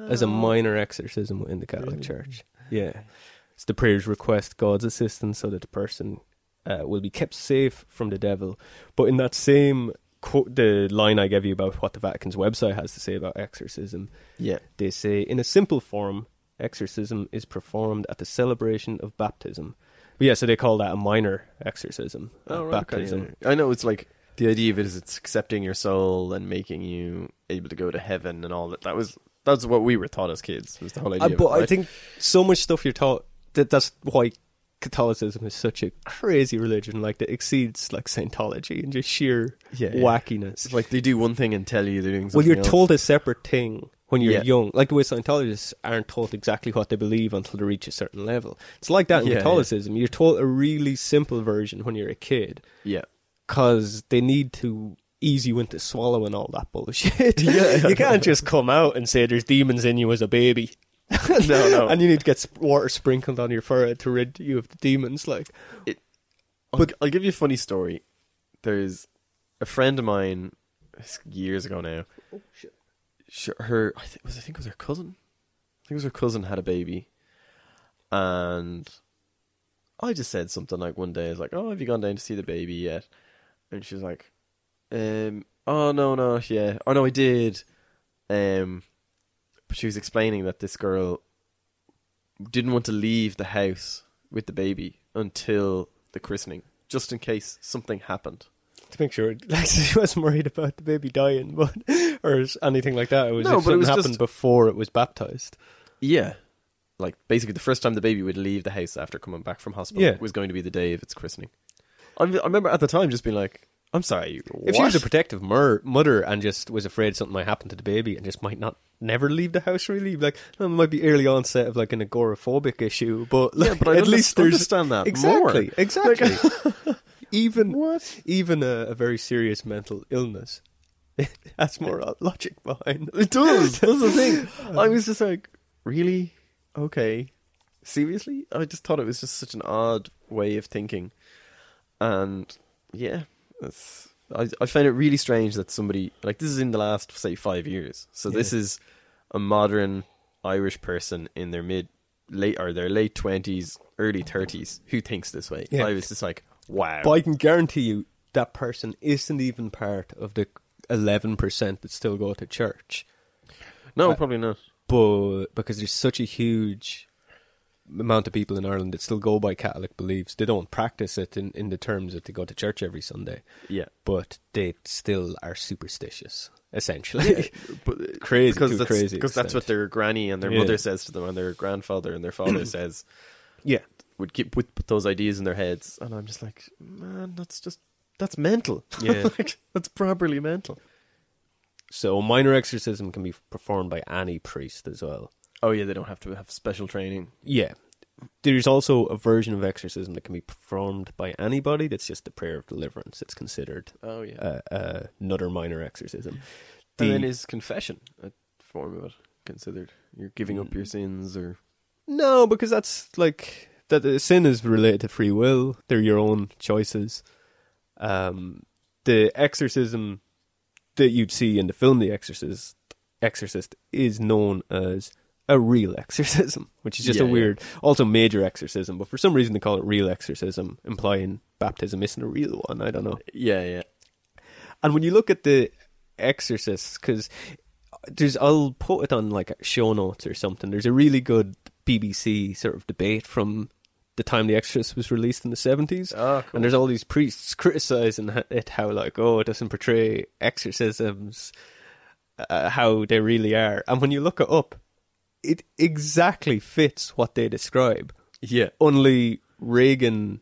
as a minor exorcism within the Catholic
Ah. Really?
Church. Yeah, it's the prayers request God's assistance so that the person uh, will be kept safe from the devil. But in that same quote, the line I gave you about what the Vatican's website has to say about exorcism,
Yeah.
they say, in a simple form, exorcism is performed at the celebration of baptism. But yeah, so they call that a minor exorcism, uh,
Oh, right, okay,
baptism.
yeah, yeah. I know it's like the idea of it is it's accepting your soul and making you able to go to heaven and all that. That was that's what we were taught as kids. Was the whole idea.
Uh,
of it,
but I
right?
think so much stuff you're taught that that's why Catholicism is such a crazy religion, like that exceeds like Scientology and just sheer
Yeah, yeah.
wackiness.
It's like they do one thing and tell you they're doing
well,
something
you're
else.
told a separate thing when you're
Yeah.
young, like the way Scientologists aren't told exactly what they believe until they reach a certain level. It's like that in
Yeah, yeah.
Catholicism. You're told a really simple version when you're a kid
Yeah.
because they need to ease you into swallowing all that bullshit. you can't just come out and say there's demons in you as a baby.
No, no.
and you need to get sp- water sprinkled on your forehead to rid you of the demons. Like,
But I'll, give you a funny story. There's a friend of mine it's years ago now. Oh shit! Her, I think was I think it was her cousin. I think it was her cousin had a baby, and I just said something like one day, I was like, "Oh, have you gone down to see the baby yet?" And she's like, "Um, oh no, no, yeah, oh no, I did." Um, but she was explaining that this girl didn't want to leave the house with the baby until the christening, just in case something happened.
to make sure, like, she wasn't worried about the baby dying, but or s- anything like that. It was
No,
if
but it
something
was
happened
just-
before it was baptized.
Yeah. Like basically, the first time the baby would leave the house after coming back from hospital
Yeah.
was going to be the day of its christening. I, I remember at the time just being like, "I'm sorry."
If she was a
what?"
protective mur- mother and just was afraid something might happen to the baby and just might not never leave the house, really, like that might be early onset of like an agoraphobic issue. But like,
yeah, but I
at least there's
understand that
exactly,
more.
exactly. even
What?
even a, a very serious mental illness. That's more logic behind it.
It does. That's the thing. I was just like, really? Okay. Seriously? I just thought it was just such an odd way of thinking. And yeah, that's I I find it really strange that somebody like this is in the last say 5 years. So this is a modern Irish person in their mid late or their late 20s, early 30s who thinks this way.
Yeah.
I was just like, wow.
But I can guarantee you that person isn't even part of the eleven percent that still go to church.
no, probably not.
But because there's such a huge amount of people in Ireland that still go by Catholic beliefs, they don't practice it in, in the terms that they go to church every Sunday.
Yeah.
But they still are superstitious, essentially.
but
Crazy,
because
to a
that's,
crazy
because that's what
extent.
their granny and their
Yeah.
mother says to them, and their grandfather and their father says
Yeah.
would keep would put those ideas in their heads, and I'm just like, man, that's just that's mental.
Yeah.
Like, that's properly mental.
So minor exorcism can be performed by any priest as well.
Oh yeah, they don't have to have special training.
Yeah. There's also a version of exorcism that can be performed by anybody that's just the prayer of deliverance. It's considered
Oh yeah,
uh, uh, another minor exorcism.
and then
the-
is confession a form of it considered? You're giving up your sins, or
No, because that's like that uh, sin is related to free will. They're your own choices. Um, the exorcism that you'd see in the film The Exorcist Exorcist is known as a real exorcism, which is just
Yeah,
a
yeah.
weird also major exorcism, but for some reason they call it real exorcism, implying baptism isn't a real one. I don't know.
yeah, yeah,
And when you look at the Exorcist, because there's, I'll put it on like show notes or something. There's a really good BBC sort of debate from the time The Exorcist was released in the 70s.
Oh, cool.
And there's all these priests criticizing h- it, how like, oh, it doesn't portray exorcisms, uh, how they really are. And when you look it up, it exactly fits what they describe
yeah.
only Reagan,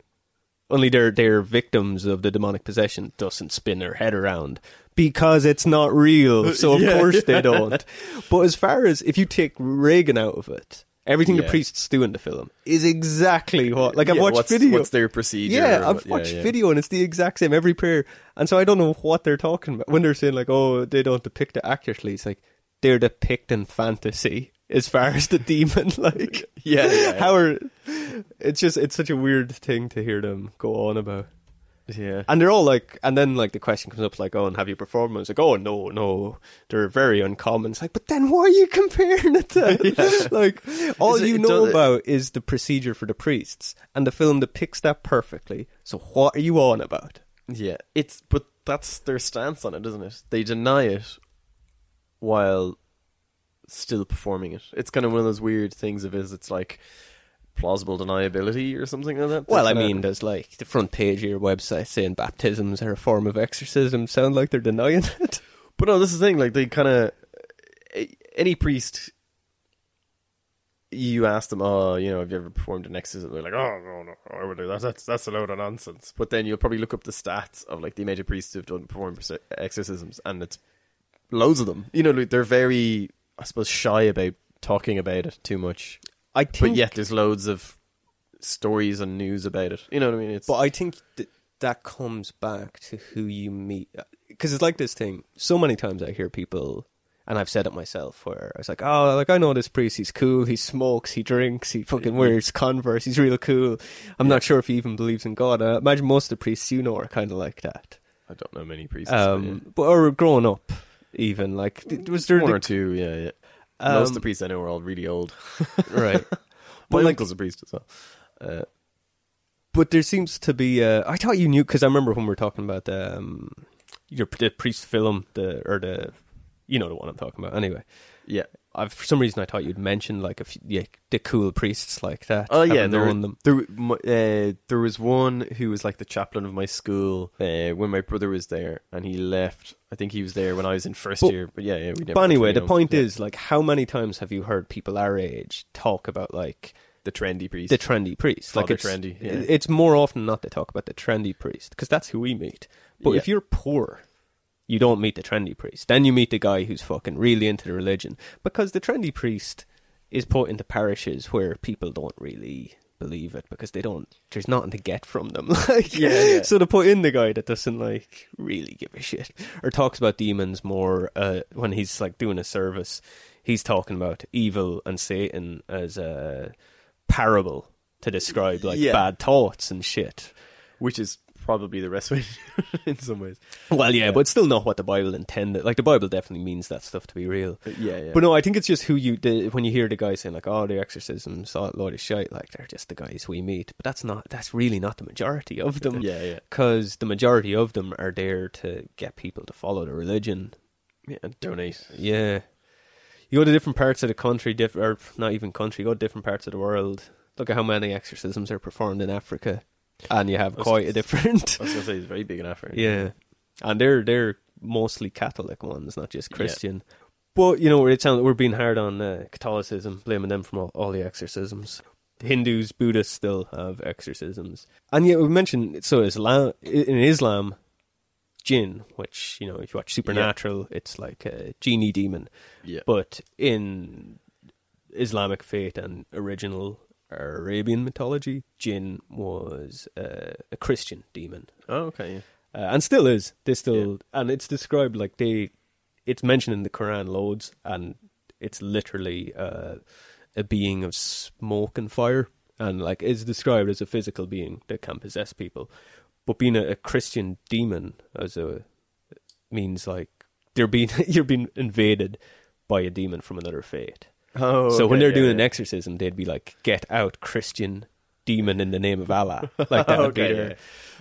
only their their victims of the demonic possession doesn't spin their head around because it's not real. So of
Yeah.
course they don't. But as far as if you take Reagan out of it, everything the
Yeah.
priests do in the film is exactly what. Like I've
Yeah,
watched
what's,
video.
What's their procedure? or
yeah, I've
what- yeah,
watched
yeah.
video and it's the exact same every prayer. And so I don't know what they're talking about when they're saying like, "Oh, they don't depict it accurately." It's like they're depicting fantasy as far as the demon. Like,
Yeah, yeah, yeah.
how are? It's just it's such a weird thing to hear them go on about.
Yeah,
And they're all like, and then like the question comes up like, "Oh, and have you performed?" And it's like, "Oh, no, no, they're very uncommon." It's like, but then why are you comparing it to? Like, all
Is it-
you
it
know
does-
about is the procedure for the priests, and the film depicts that perfectly. So what are you on about?
Yeah, it's but that's their stance on it, isn't it? They deny it while still performing it. It's kind of one of those weird things of is it's like plausible deniability or something like that.
Well, I
They're kinda-
mean, there's like the front page of your website saying baptisms are a form of exorcism. Sound like they're denying it?
but no, this is the thing. Like they kind of any priest you ask them, oh, you know, have you ever performed an exorcism? They're like, oh, no, no, I would do that. That's, that's a load of nonsense. But then you'll probably look up the stats of like the major priests who've done performed perse- exorcisms, and it's loads of them. You know, like, they're very, I suppose, shy about talking about it too much.
I
But yet, there's loads of stories and news about it. You know what I mean? It's
But I think that that comes back to who you meet. Because it's like this thing. So many times I hear people, and I've said it myself, where I was like, oh, like I know this priest. He's cool. He smokes. He drinks. He fucking wears Converse. He's real cool. I'm not sure if he even believes in God. I imagine most of the priests you know are kind of like that.
I don't know many priests. but yeah.
Um, But or growing up, even like th- was there
one
the-
or two, yeah, yeah. Most of the
Um,
priests I know are all really old.
right?
My
like-
uncle's a priest as well. Uh,
But there seems to be. Uh, I thought you knew because I remember when we were talking about um, your the priest film, the or the, you know the one I'm talking about. Anyway,
yeah.
I've for some reason I thought you'd mentioned like a few, yeah, the cool priests like that.
Oh yeah,
having
there,
their
were-
own them.
there, my, uh, there was one who was like the chaplain of my school uh, when my brother was there, and he left. I think he was there when I was in first
But-
year. But yeah, yeah. We never
But
got to
anyway,
meet
the
him.
point
Yeah.
is like how many times have you heard people our age talk about like
the trendy priest.
the trendy priest? Like
Father
it's
trendy, yeah.
it- it's more often than not they talk about the trendy priest because that's who we meet. But
Yeah.
if you're poor. You don't meet the trendy priest. Then you meet the guy who's fucking really into the religion. Because the trendy priest is put into parishes where people don't really believe it because they don't there's nothing to get from them like
Yeah, yeah.
so to put in the guy that doesn't like really give a shit or talks about demons more uh when he's like doing a service he's talking about evil and satan as a parable to describe like
Yeah.
bad thoughts and shit
which is probably the best way to do it in some ways.
well yeah, but it's still not what the bible intended like the bible definitely means that stuff to be real
Uh, Yeah, yeah.
But no, I think it's just who you the, when you hear the guy saying like, "Oh, the exorcisms, oh, Lord of shite," like they're just the guys we meet. But that's not that's really not the majority of them.
Yeah, yeah.
Because the majority of them are there to get people to follow the religion.
yeah, and donate.
Yeah, you go to different parts of the country, diff- or not even country, go to different parts of the world. Look at how many exorcisms are performed in Africa, and you have quite a different.
I was gonna say he's very big in Africa.
Yeah, and they're they're mostly Catholic ones, not just Christian. But you know, we're- it sounds we're being hard on uh, Catholicism, blaming them for all, all the exorcisms. Hindus, Buddhists still have exorcisms, and yet we mentioned so Islam in Islam, jinn, which you know if you watch Supernatural, it's like a genie demon.
Yeah.
But in Islamic faith and original Arabian mythology, jinn was uh, a Christian demon
Oh, okay. Yeah.
uh, and still is. They still and it's described like they, it's mentioned in the Quran loads, and it's literally uh, a being of smoke and fire, and like is described as a physical being that can possess people, but being a, a Christian demon as a means like they're being you're being invaded by a demon from another faith.
Oh,
So when
okay,
they're
yeah,
doing an
yeah.
exorcism, they'd be like, "Get out, Christian demon, in the name of Allah!" Like that would be
Okay,
their,
yeah.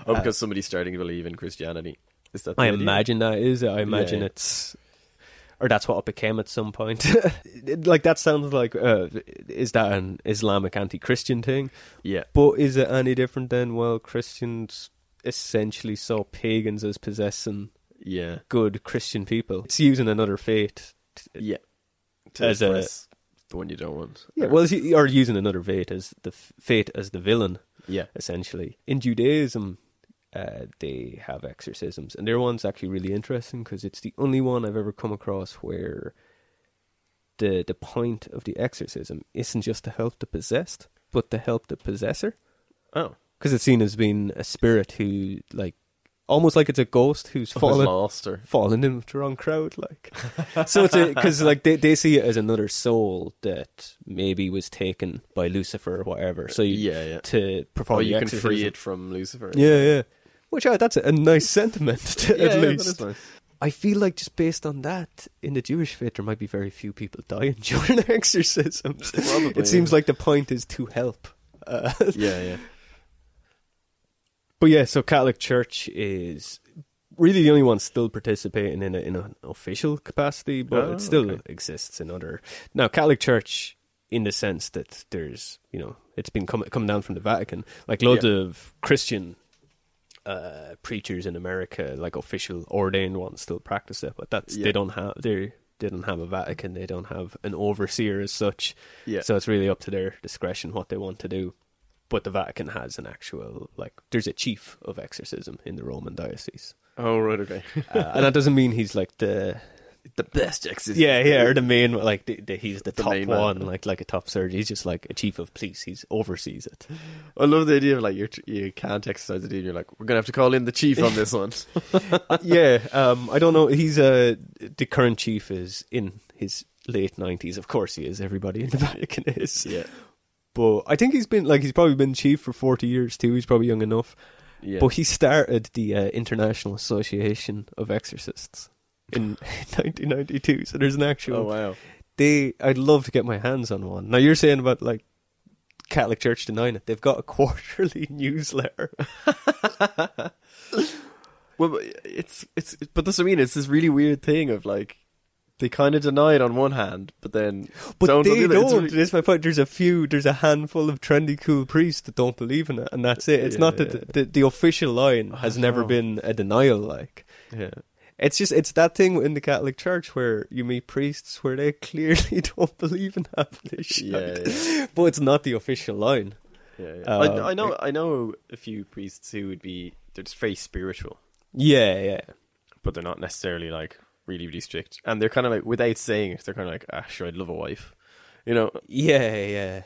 oh, because somebody's starting to believe in Christianity. Is that? the
I
idea?
imagine that is. it. I imagine
yeah.
it's, or that's what it became at some point. It- like that sounds like, uh, is that an Islamic anti-Christian thing?
Yeah.
But is it any different then? Well, Christians essentially saw pagans as possessing
Yeah.
good Christian people. It's using another faith.
Yeah.
As a-
express the one you don't want.
Yeah, well, it's- or using another faith as the f- faith as the villain.
yeah.
essentially. In Judaism, uh, they have exorcisms, and their one's actually really interesting because it's the only one I've ever come across where the the point of the exorcism isn't just to help the possessed, but to help the possessor,
Oh,
because it's seen as being a spirit who, like, almost like it's a ghost
Oh,
who's fallen
lost or
falling in with the wrong crowd like so it's because like they, they see it as another soul that maybe was taken by lucifer or whatever so you,
Yeah, yeah.
to perform
Oh,
the
you can
exorcism.
free it from Lucifer.
Yeah, yeah. Which uh, that's a, a nice sentiment to-
Yeah,
at
yeah, that
least.
is nice.
I feel like just based on that, in the Jewish faith, there might be very few people dying during exorcisms.
Probably,
it seems
yeah.
like the point is to help. Uh,
Yeah, yeah.
but yeah, so Catholic Church is really the only one still participating in it in an official capacity, but
Oh,
it still
okay.
exists in other. Now, Catholic Church, in the sense that there's, you know, it's been coming coming down from the Vatican, like loads
Yeah.
of Christian uh, preachers in America, like official ordained ones, still practice it, but that's
Yeah.
they don't have they didn't have a Vatican, they don't have an overseer as such.
Yeah.
So it's really up to their discretion what they want to do. But the Vatican has an actual like there's a chief of exorcism in the Roman diocese.
Oh right, okay.
Uh, and that doesn't mean he's like the
the best exorcist.
yeah, yeah, or the main like the, the, he's the,
The
top
main man.
one, like like a top surgeon. He's just like a chief of police. He's oversees it.
I love the idea of like you're, tr- you can't exercise the deed. You're like, we're gonna have to call in the chief on this one.
yeah, um, I don't know. He's uh, the current chief is in his late nineties. Of course, he is. Everybody in the Vatican is.
yeah,
But I think he's been like he's probably been chief for forty years too. He's probably young enough.
yeah.
But he started the uh, International Association of Exorcists in 1992. So there's an actual
oh wow.
they I'd love to get my hands on one. Now you're saying about like Catholic Church denying it. They've got a quarterly newsletter.
Well, but it's it's but that's what I mean. It's this really weird thing of like they kind of deny it on one hand, but then
But
don't
they
do that. It's
don't.
really-
That's my point. There's a few, there's a handful of trendy, cool priests that don't believe in it, and that's it. It's
Yeah,
not that
yeah.
the, the, the official line has never
know.
been a denial. Like
yeah.
it's just it's that thing in the Catholic Church where you meet priests where they clearly don't believe in half of this shit,
Yeah,
but it's not the official line.
Yeah, yeah.
Uh,
I, I know. I know a few priests who would be they're just very spiritual,
Yeah, yeah.
but they're not necessarily like really really strict, and they're kind of like without saying it, they're kind of like, ah, sure, I'd love a wife. You know,
Yeah, yeah.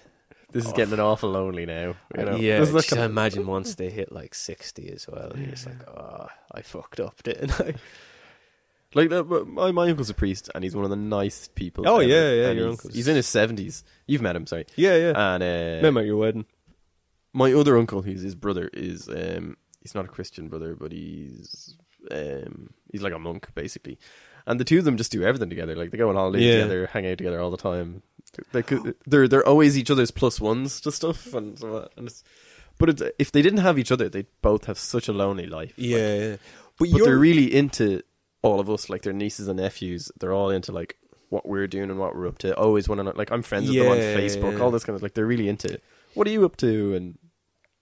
this is getting an awful lonely now. You know,
Uh, yeah, um,
This is
just
kind of-
imagine once they hit like sixty as well, and it's like, oh, I fucked up, didn't I?
Like uh, but my my uncle's a priest, and he's one of the nicest people.
Oh,
ever,
yeah, yeah,
and
your
he's,
uncle's-
he's in his seventies. You've met him, sorry.
Yeah, yeah.
And uh,
Remember at your wedding?
my other uncle, who's his brother, is um, he's not a Christian brother, but he's um, he's like a monk basically, and the two of them just do everything together. Like they go on holidays
Yeah.
together, hang out together all the time. They, could- they're they're always each other's plus ones to stuff, and, so that, and it's, but it's, if they didn't have each other, they'd both have such a lonely life. Like,
yeah. But,
but
you're
they're really into all of us, like their nieces and nephews. They're all into like what we're doing and what we're up to. Always want to know, like I'm friends with them on
Yeah.
Facebook, all this kind of like they're really into. What are you up to? And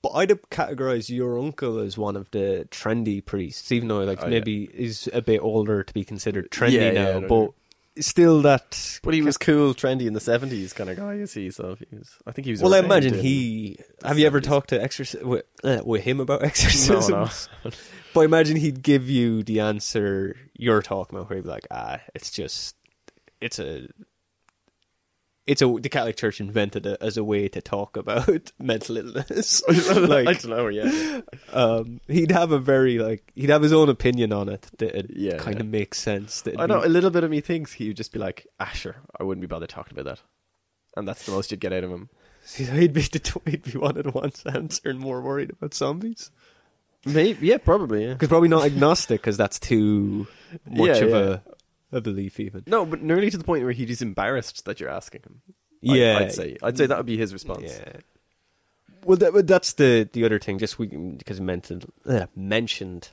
But I'd categorize your uncle as one of the trendy priests, even though like
Oh, yeah.
maybe is a bit older to be considered trendy
Yeah, yeah,
now,
I don't
but
know.
still that.
But he was cool, trendy in the seventies kind of guy. You see, so he was, I think he was.
Well, I
ordained
imagine
in-
he. Have you ever
70s.
talked to exorc- with, uh, with him about
No,
exorcisms?
no.
But I imagine he'd give you the answer you're talking about, where he'd be like, "Ah, it's just, it's a, it's a." The Catholic Church invented it as a way to talk about mental illness.
I
like,
don't know. Yeah,
um, he'd have a very like, he'd have his own opinion on it that
Yeah,
kind
yeah.
of makes sense. That
I know. A little bit of me thinks he'd just be like, "Asher, I wouldn't be bothered talking about that," and that's the most you'd get out of him.
he'd be the, he'd be one of the ones answering more worried about zombies
Maybe, yeah, probably, yeah.
because probably not agnostic because that's too much
Yeah,
of
yeah.
a a belief even.
No, but nearly to the point where he's just embarrassed that you're asking him. I-
Yeah,
I'd say, I'd say that would be his response.
Yeah. Well, that, well, that's the the other thing. Just we because we mentioned uh, mentioned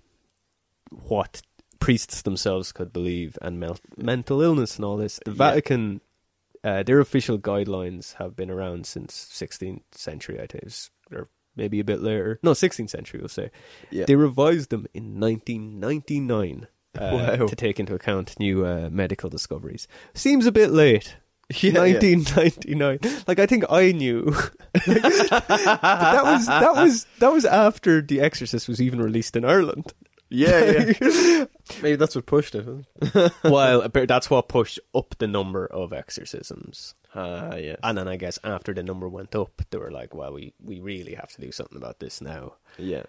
what priests themselves could believe and mel- mental illness and all this. The
Yeah.
Vatican, uh, their official guidelines have been around since 16th century, I think, it's- or maybe a bit later. No, 16th century, we'll say.
Yeah.
They revised them in 1999. Uh,
Wow.
To take into account new uh, medical discoveries, seems a bit late.
yeah.
1999. Like I think I knew. Like, that was that was that was after The Exorcist was even released in Ireland.
yeah, yeah. Maybe that's what pushed it. Huh?
Well, but that's what pushed up the number of exorcisms.
Ah, yeah.
And then I guess after the number went up, they were like, "Well, we we really have to do something about this now."
yeah.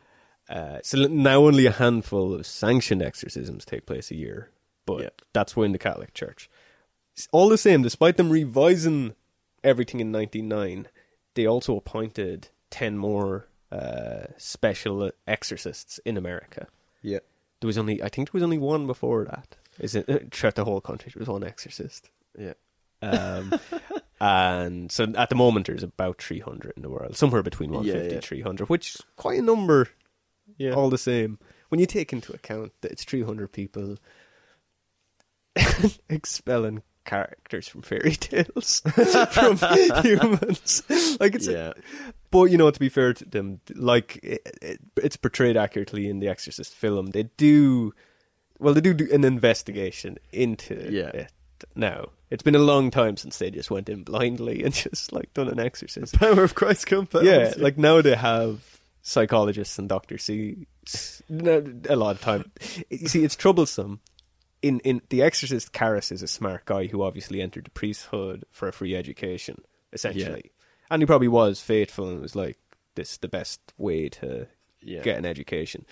Uh, so l- now only a handful of sanctioned exorcisms take place a year, but
Yeah.
that's when the Catholic Church. S- All the same, despite them revising everything in 99, they also appointed 10 more uh, special exorcists in America.
Yeah.
There was only, I think there was only one before that. Is it uh, throughout the whole country? There was one exorcist.
Yeah.
Um, and so at the moment, there's about 300 in the world, somewhere between
Yeah,
150
yeah.
300, which is quite a number
Yeah.
all the same. When you take into account that it's 300 people expelling characters from fairy tales from humans, like it's.
yeah.
But you know, to be fair to them, like it, it, it's portrayed accurately in the Exorcist film. They do, well, they do, do an investigation into
Yeah.
it exorcist now. It's been a long time since they just went in blindly and just like done an exorcist.
Power of Christ compels.
yeah,
you.
like now they have psychologists and doctors. See, s- no, a lot of time. You see, it's troublesome. In in The Exorcist, Karras is a smart guy who obviously entered the priesthood for a free education, essentially, and he probably was faithful and was like, "This is the best way to
Yeah.
get an education."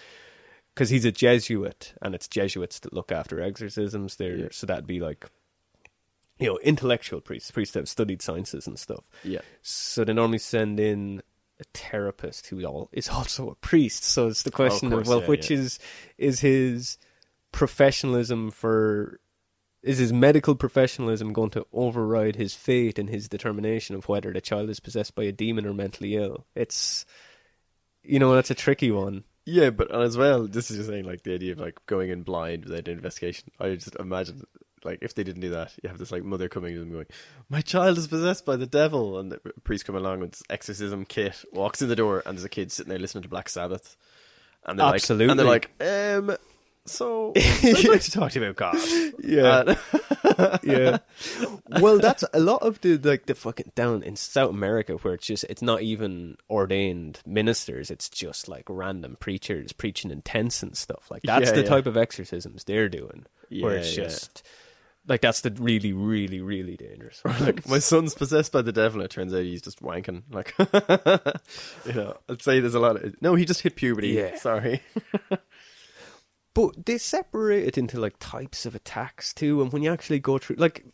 Because he's a Jesuit, and it's Jesuits that look after exorcisms. There,
Yeah.
so that'd be like, you know, intellectual priests, priests that have studied sciences and stuff.
yeah.
So they normally send in a therapist who all, is also a priest. So it's the question of,
course,
well,
yeah,
which
yeah.
is is his professionalism for is his medical professionalism going to override his fate and his determination of whether the child is possessed by a demon or mentally ill? It's you know that's a tricky one.
Yeah, but as well, this is just saying like the idea of like going in blind without an investigation. I just imagine like if they didn't do that, you have this like mother coming to them going, "My child is possessed by the devil," and the priest come along with this exorcism kit, walks in the door, and there's a kid sitting there listening to Black Sabbath, and they're
Absolutely.
like, and they're like, um. So, I'd like to talk to you about God.
Yeah. yeah. Well, that's a lot of the like the fucking down in South America where it's just it's not even ordained ministers, it's just like random preachers preaching in tents and stuff. Like that's
Yeah,
the
yeah.
type of exorcisms they're doing. where
Yeah,
it's
yeah.
just like that's the really, really, really dangerous. one.
like my son's possessed by the devil. It turns out he's just wanking. Like, you know, I'd say there's a lot of no. He just hit puberty.
Yeah.
Sorry.
But they separate it into like types of attacks too, and when you actually go through, like,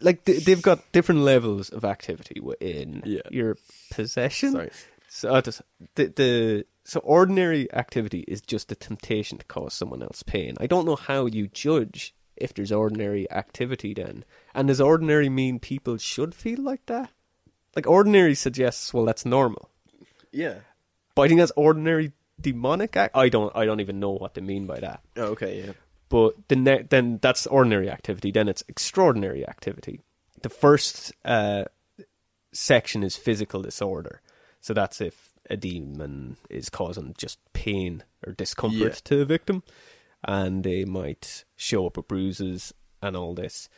like they, they've got different levels of activity within
Yeah.
your possession.
Sorry.
So I just, the the so ordinary activity is just the temptation to cause someone else pain. I don't know how you judge if there's ordinary activity then, and does ordinary mean people should feel like that? Like ordinary suggests, well, that's normal.
Yeah.
But I think that's ordinary demonic act. I don't. I don't even know what they mean by that.
Oh, okay. Yeah.
But the ne- then that's ordinary activity. Then it's extraordinary activity. The first uh, section is physical disorder. So that's if a demon is causing just pain or discomfort
Yeah.
to a victim, and they might show up with bruises and all this.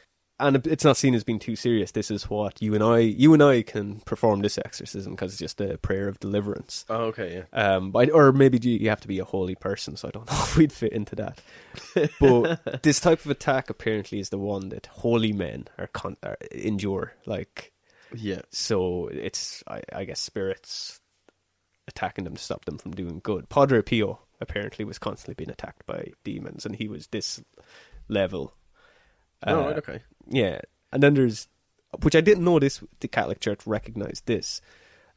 And it's not seen as being too serious. This is what you and I, you and I, can perform this exorcism because it's just a prayer of deliverance.
Oh, okay. Yeah.
Um, but or maybe you- you have to be a holy person, so I don't know if we'd fit into that. But this type of attack apparently is the one that holy men are, con- are endure. Like,
Yeah.
so it's I, I guess spirits attacking them to stop them from doing good. Padre Pio apparently was constantly being attacked by demons, and he was this level.
oh,
Uh,
right, okay.
yeah, and then there's, which I didn't know this. The Catholic Church recognized this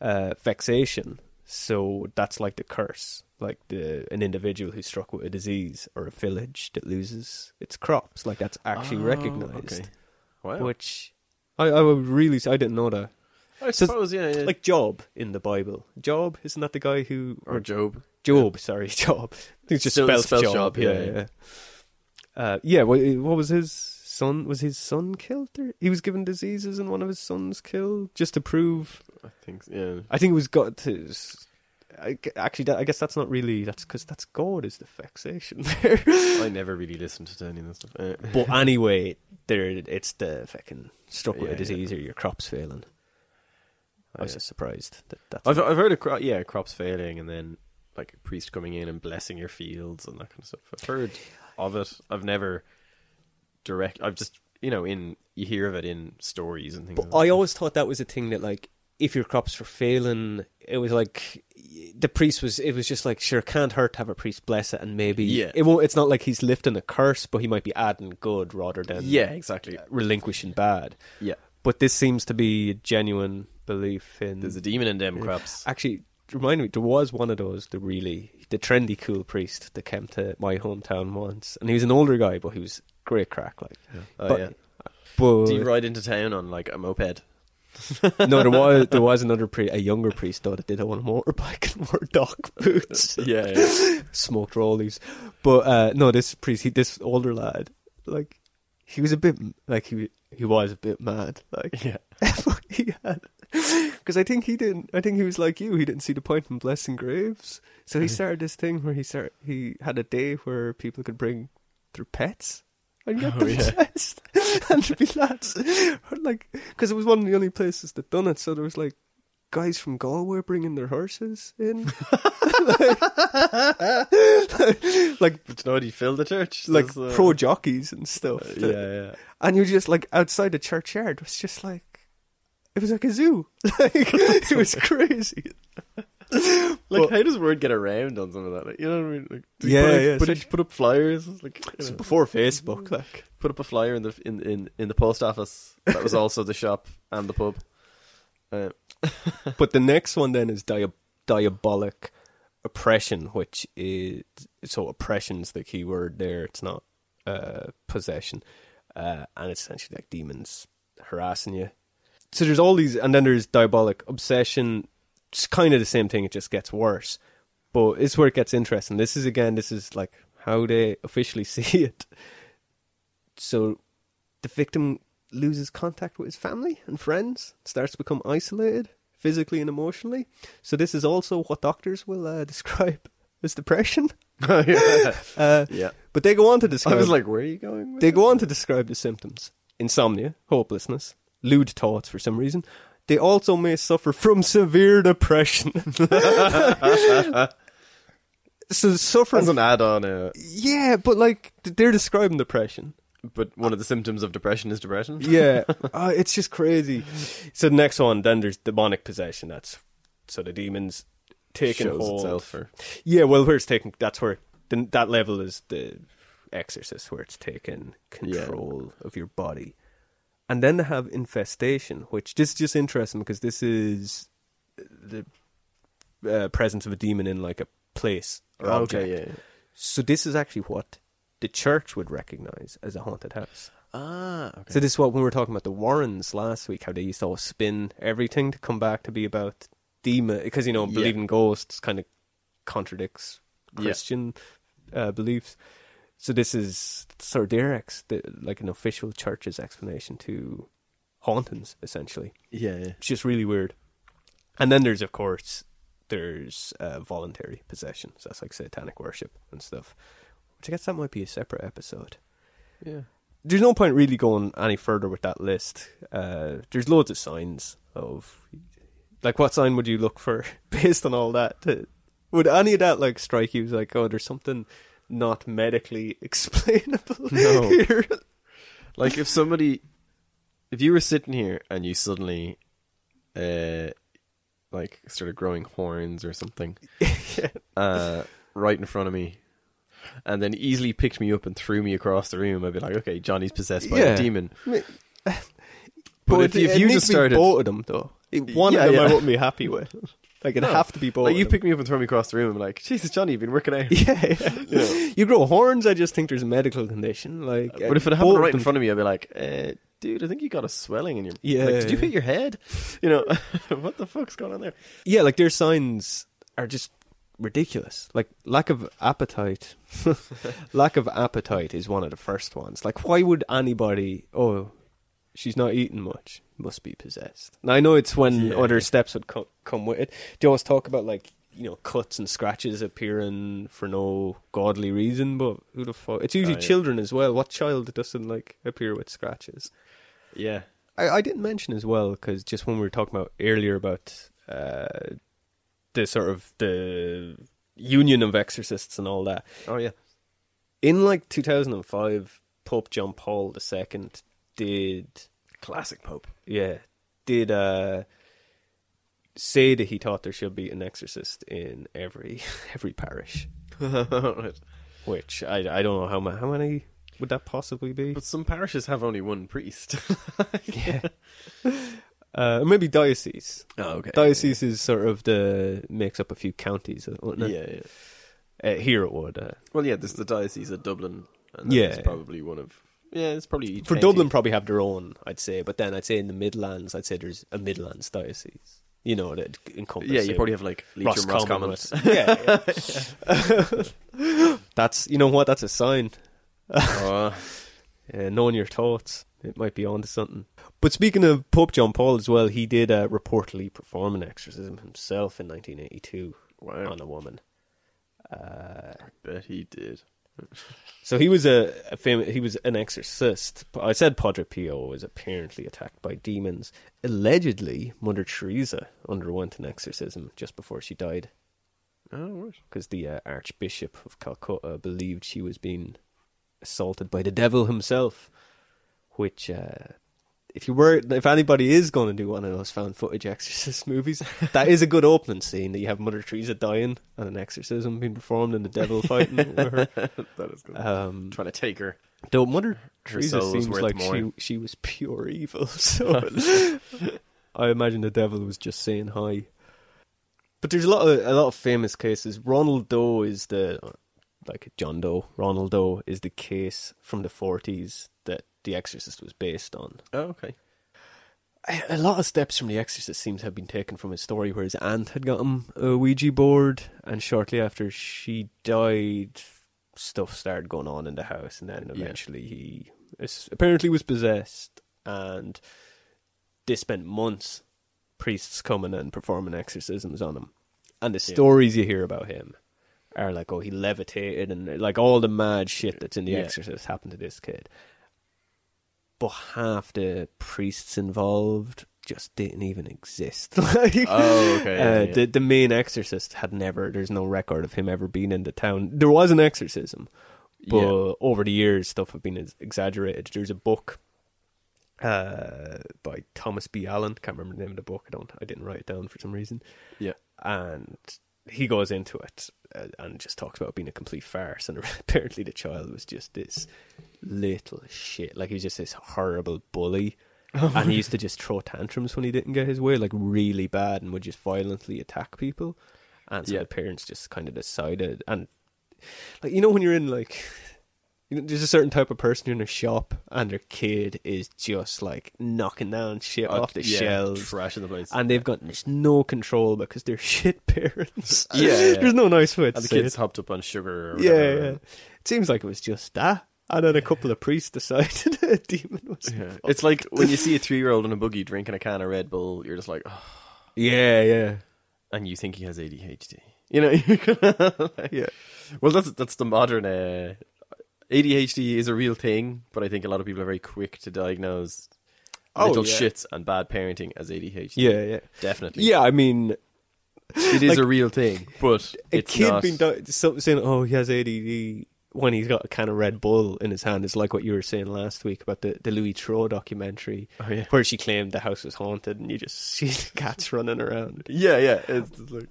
uh, vexation, so that's like the curse, like the an individual who's struck with a disease or a village that loses its crops. Like that's actually recognized,
Oh, okay. Wow. Uh,
which I I would really I didn't know that.
I
so-
suppose, yeah, yeah.
Like Job in the Bible, Job isn't that the guy who
or Job.
Job, sorry, Job. I think it's just
Still
spelled,
spelled
Job.
Job,
Yeah,
yeah,
yeah.
yeah.
Uh, yeah. What, what was his son? Was his son killed? Or he was given diseases, and one of his sons killed just to prove.
I think, yeah.
I think it was got to. I, actually, that, I guess that's not really. That's because that's God is the vexation there.
I never really listened to any of this stuff. Uh,
but anyway, there it's the fucking struck with
Yeah,
a disease or your crops failing. I was
yeah.
just surprised that that's
I've I've heard of cro- yeah crops failing and then like a priest coming in and blessing your fields and that kind of stuff. I've heard of it. I've never direct. I've just you know in you hear of it in stories and things.
But
like
I always thought that was a thing that like if your crops were failing, it was like the priest was. It was just like sure, can't hurt to have a priest bless it, and maybe
Yeah.
it won't. It's not like he's lifting a curse, but he might be adding good rather
that.
than
yeah, exactly.
relinquishing bad.
Yeah,
But this seems to be a genuine belief in.
there's a demon in them crops.
Actually, remind me, there was one of those, the really, the trendy cool priest that came to my hometown once, and he was an older guy, but he was great crack like.
Oh,
but,
yeah.
But
Do you ride into town on like a moped?
no, there was there was another pri- a younger priest though that did it on a motorbike and wore dock boots,
Yeah, yeah.
smoked rollies. But uh, no, this priest, he, this older lad, like he was a bit like he he was a bit mad, like
Yeah.
he had because I think he didn't. I think he was like you. He didn't see the point in blessing graves, so he started this thing where he started, he had a day where people could bring their pets and get
Oh,
them
yeah.
test and to be lads. like, because it was one of the only places that done it, so there was like guys from Galway bringing their horses in. like, like,
But nobody filled the church.
like
There's, uh,
pro jockeys and stuff.
Yeah, yeah.
And you're just like outside the churchyard. It was just like, it was like a zoo. Like, it was crazy.
Like,
But-
how does word get around on some of that? Like, you know what I mean? Like, do you
Yeah,
put, like,
yeah,
Put,
such-
it- put up flyers. It's Like, you know,
before Facebook, like.
put up a flyer in the in, in, in the post office. That was also the shop and the pub. Uh,
But the next one then is dia- diabolic oppression, which is so oppression's the key word there. It's not uh, possession, uh, and it's essentially like demons harassing you. So there's all these, and then there's diabolic obsession. It's kind of the same thing. It just gets worse. But it's where it gets interesting. This is again, this is like how they officially see it. So the victim loses contact with his family and friends, starts to become isolated physically and emotionally. So this is also what doctors will uh, describe as depression.
yeah.
Uh,
yeah.
But they go on to describe.
I was like, where are you going? With
they go on to describe the symptoms: insomnia, hopelessness, lewd thoughts for some reason. They also may suffer from severe depression. so suffering,
That's an add-on, uh,
yeah, but like they're describing depression.
but one of the symptoms of depression is depression.
yeah, uh, it's just crazy. So the next one, then there's demonic possession. That's so the demons taking
Shows
hold.
itself, or-
yeah, well, where it's taking that's where the, that level is the exorcist, where it's taking
Yeah.
control of your body, and then they have infestation, which this is just interesting because this is the uh, presence of a demon in like a place or object.
yeah, yeah.
So this is actually what the church would recognize as a haunted house.
Ah, okay.
So this is what we were talking about the Warrens last week, how they used to always spin everything to come back to be about demon, because you know
Yeah.
believing ghosts kind of contradicts
Yeah.
Christian uh, beliefs. So this is Sir Derek's, the, like an official church's explanation to hauntings, essentially.
Yeah, yeah.
It's just really weird. And then there's, of course, there's uh, voluntary possession. So that's like satanic worship and stuff. Which I guess that might be a separate episode
yeah.
there's no point really going any further with that list. Uh, there's loads of signs of, like, what sign would you look for based on all that? To- would any of that like strike you as like, oh, there's something not medically explainable
No.
here?
Like if somebody, if you were sitting here and you suddenly, uh, like started growing horns or something, uh, right in front of me, and then easily picked me up and threw me across the room, I'd be like, okay, Johnny's possessed by
Yeah.
a demon.
but
But if, if you just started,
both of them though, It- one
Yeah,
of them I
yeah.
wouldn't be happy with. Like it'd
No.
have to be both.
like you
of them.
pick me up and throw me across the room, I'm like, Jesus, Johnny, you've been working out.
yeah, yeah.
Yeah.
you grow horns. I just think there's a medical condition. Like, uh,
But if it
both
happened
of
right in
them-
front of me, I'd be like, uh, dude, I think you got a swelling in your.
Yeah.
Like, did you hit your head? You know, what the fuck's going on there?
Yeah, like their signs are just ridiculous. Like lack of appetite. lack of appetite is one of the first ones. Like why would anybody oh she's not eating much must be possessed. Now I know it's when
Yeah.
other steps would co- come with it. They always talk about like you know cuts and scratches appearing for no godly reason, but who the fuck? It's usually
Oh, yeah.
children as well. What child doesn't like appear with scratches?
Yeah.
I, I didn't mention as well because just when we were talking about earlier about uh, the sort of the union of exorcists and all that
Oh yeah.
in like 2005 pope john paul ii did
Classic Pope.
yeah did uh say that he thought there should be an exorcist in every every parish
right.
which i i don't know how many how many would that possibly be
But some parishes have only one priest.
yeah uh maybe diocese
oh, okay.
diocese is sort of the makes up a few counties,
Yeah,
wouldn't it?
yeah.
Uh, here it would. Uh,
Well, yeah, there's the Diocese of Dublin. And
Yeah.
It's probably one of. Yeah, it's probably. Each
for
county.
Dublin, probably have their own, I'd say. But then I'd say in the Midlands, I'd say there's a Midlands diocese. You know that encompasses.
Yeah, you probably have like Leitrim
Roscommon.
Roscommon.
yeah, yeah. that's you know what? That's a sign.
Oh,
uh, knowing your thoughts, it might be onto something. But speaking of Pope John Paul as well, he did uh, reportedly perform an exorcism himself in 1982
Wow.
on a woman. Uh,
bet he did.
So he was a, a famous, he was an exorcist. I said Padre Pio was apparently attacked by demons. Allegedly, Mother Teresa underwent an exorcism just before she died
Oh, right.
because the uh, Archbishop of Calcutta believed she was being assaulted by the devil himself. Which, uh, if you were, if anybody is going to do one of those found footage exorcist movies, that is a good opening scene that you have Mother Teresa dying and an exorcism being performed and the devil fighting over her.
that is good.
Um,
trying to take her.
Though Mother Teresa
soul is
seems
worth
like
more.
she she was pure evil, so I imagine the devil was just saying hi. But there's a lot of a lot of famous cases. Ronald Doe is the like John Doe. Ronald Doe is the case from the 40s that The Exorcist was based on.
Oh, okay.
A- A lot of steps from The Exorcist seems to have been taken from his story where his aunt had got him a Ouija board, and shortly after she died, stuff started going on in the house, and then eventually he is, apparently was possessed, and they spent months priests coming and performing exorcisms on him. And the stories you hear about him are like, oh, he levitated, and like all the mad shit that's in The
Yeah.
Exorcist happened to this kid but half the priests involved just didn't even exist. like,
Oh, okay. yeah,
uh,
yeah.
the the main exorcist had never. There's no record of him ever being in the town. There was an exorcism, but
Yeah.
over the years stuff have been ex- exaggerated. There's a book uh, by Thomas B. Allen. Can't remember the name of the book. I don't. I didn't write it down for some reason
yeah.
and he goes into it uh, and just talks about being a complete farce. And apparently, the child was just this little shit. Like he was just this horrible bully,
Oh
and he used to just throw tantrums when he didn't get his way, like really bad, and would just violently attack people. And so
Yeah.
the parents just kind of decided, and like you know when you're in like. You know, there's a certain type of person in a shop, and their kid is just like knocking down shit
Uh,
off the
yeah,
shelves,
trash in the place.
and they've got just no control because they're shit parents.
Yeah, yeah.
there's no nice way to
And the
say
kids
it.
hopped up on sugar. Or
Yeah,
whatever.
yeah. It seems like it was just that, and then a couple of priests decided a demon was.
Yeah.
involved.
It's like when you see a three-year-old in a buggy drinking a can of Red Bull, you're just like, oh,
yeah, yeah,
and you think he has ADHD. You know, you're gonna, like-
Yeah.
Well, that's that's the modern uh, ADHD is a real thing, but I think a lot of people are very quick to diagnose
Oh,
little
yeah.
shits and bad parenting as ADHD.
yeah, yeah,
definitely.
yeah. I mean,
it is
like-
a real thing, but
a
it's
kid
not.
being di- some- saying, "Oh, he has ADD." When he's got a can of Red Bull in his hand, it's like what you were saying last week about the, the Louis Tro documentary,
Oh, yeah.
where she claimed the house was haunted, and you just see the cats running around.
yeah, yeah. It's just like,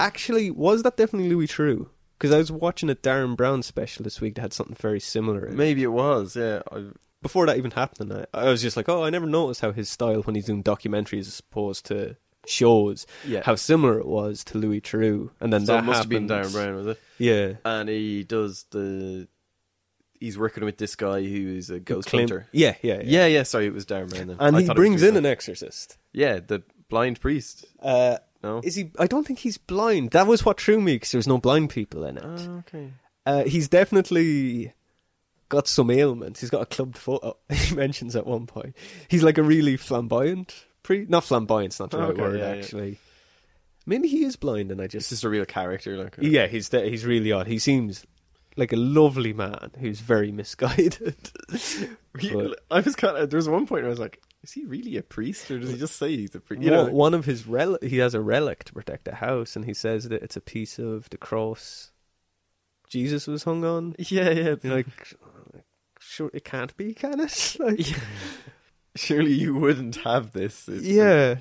actually, was that definitely Louis True? Because I was watching a Darren Brown special this week that had something very similar. In it.
maybe it was. Yeah, I,
Before that even happened, I, I was just like, oh, I never noticed how his style when he's doing documentaries as opposed to shows,
Yeah.
how similar it was to Louis True. And then
so
that
it must have been
happened.
Darren Brown, was it?
Yeah.
And he does the. He's working with this guy who's a ghost
Claim-
hunter.
yeah, yeah, yeah.
Yeah, yeah. Sorry, it was Darren Brown. Then.
And
I
he
thought it was
brings in
Drew
an exorcist.
Yeah, the blind priest.
Uh,
No.
Is he? I don't think he's blind. That was what threw me because there was no blind people in it.
Ah. okay.
Uh, he's definitely got some ailments. He's got a clubbed foot. up, he mentions at one point. He's like a really flamboyant, pre not flamboyant's not the
Oh,
right
okay,
word
yeah, yeah.
actually. Maybe he is blind, and I
It's
just
just a real character, like uh,
yeah, he's de- he's really odd. He seems like a lovely man who's very misguided.
he- I was kind of. There was one point where I was like, "Is he really a priest, or does he just say he's a priest?" You know,
one, one of his rel- he has a relic to protect the house, and he says that it's a piece of the cross Jesus was hung on.
yeah, yeah.
You're like, sure, it can't be, can it? Like,
Surely you wouldn't have this. It's-
yeah.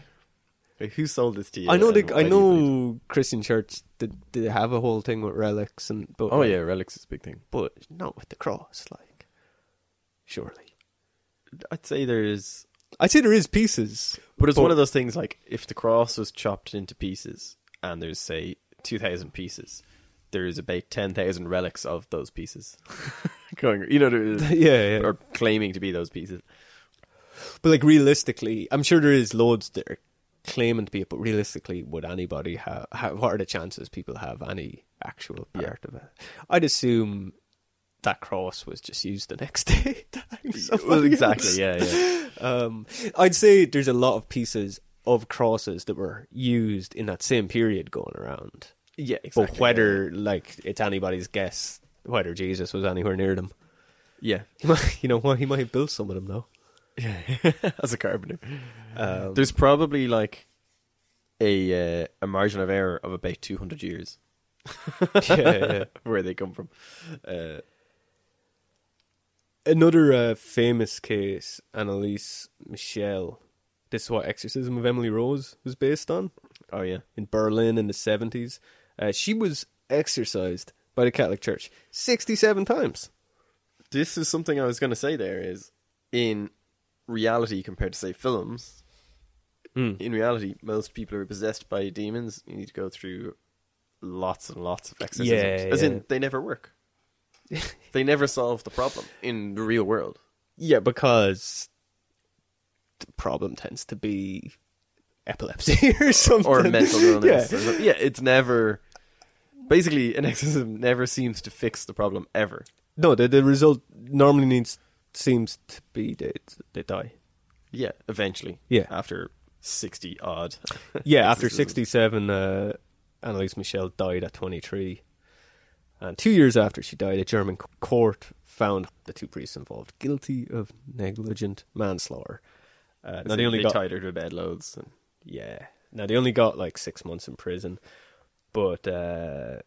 like, who sold this to you?
I know
and
they, I
why do you believe
know Christian Church did, did have a whole thing with relics and but
it? Oh yeah, relics is a big thing.
but not with the cross like surely
I'd say there's,
I'd say there is pieces
but it's
But-
one of those things like if the cross was chopped into pieces and there's say two thousand pieces, there's about ten thousand relics of those pieces going. You know, there-
yeah, yeah.
or claiming to be those pieces.
but like realistically I'm sure there is loads that are claiming to be it but realistically would anybody have, have what are the chances people have any actual part of it I'd assume that cross was just used the next day to hang
Well,
somebody
exactly.
else.
Yeah, yeah.
Um, I'd say there's a lot of pieces of crosses that were used in that same period going around.
Yeah, exactly.
But whether like it's anybody's guess whether Jesus was anywhere near them.
Yeah.
you know what? He might have built some of them though.
Yeah. As a carpenter.
Um,
There's probably like a uh, a margin of error of about 200 years
yeah, yeah.
where they come from. Uh,
Another uh, famous case, Annalise Michel. This is what Exorcism of Emily Rose was based on
oh yeah.
in Berlin in the 70s. Uh, she was exorcised by the Catholic Church 67 times.
This is something I was going to say there is in reality compared to say films.
Hmm.
In reality, most people who are possessed by demons. You need to go through lots and lots of exorcisms.
Yeah,
As
yeah.
in they never work. they never solve the problem in the real world.
Yeah, because the problem tends to be epilepsy or something.
or mental illness.
Yeah.
or so- Yeah. it's never. Basically, an exorcism never seems to fix the problem ever.
No, the, the result normally needs seems to be they, they die.
Yeah, eventually.
Yeah.
after sixty odd.
Yeah, after
exorcisms.
67, uh, Annalise Michel died at 23. And two years after she died, a German c- court found the two priests involved guilty of negligent manslaughter. Uh, now,
They,
they only
they
got
tied her to bed loads. And,
Yeah. Now they only got like six months in prison, but uh,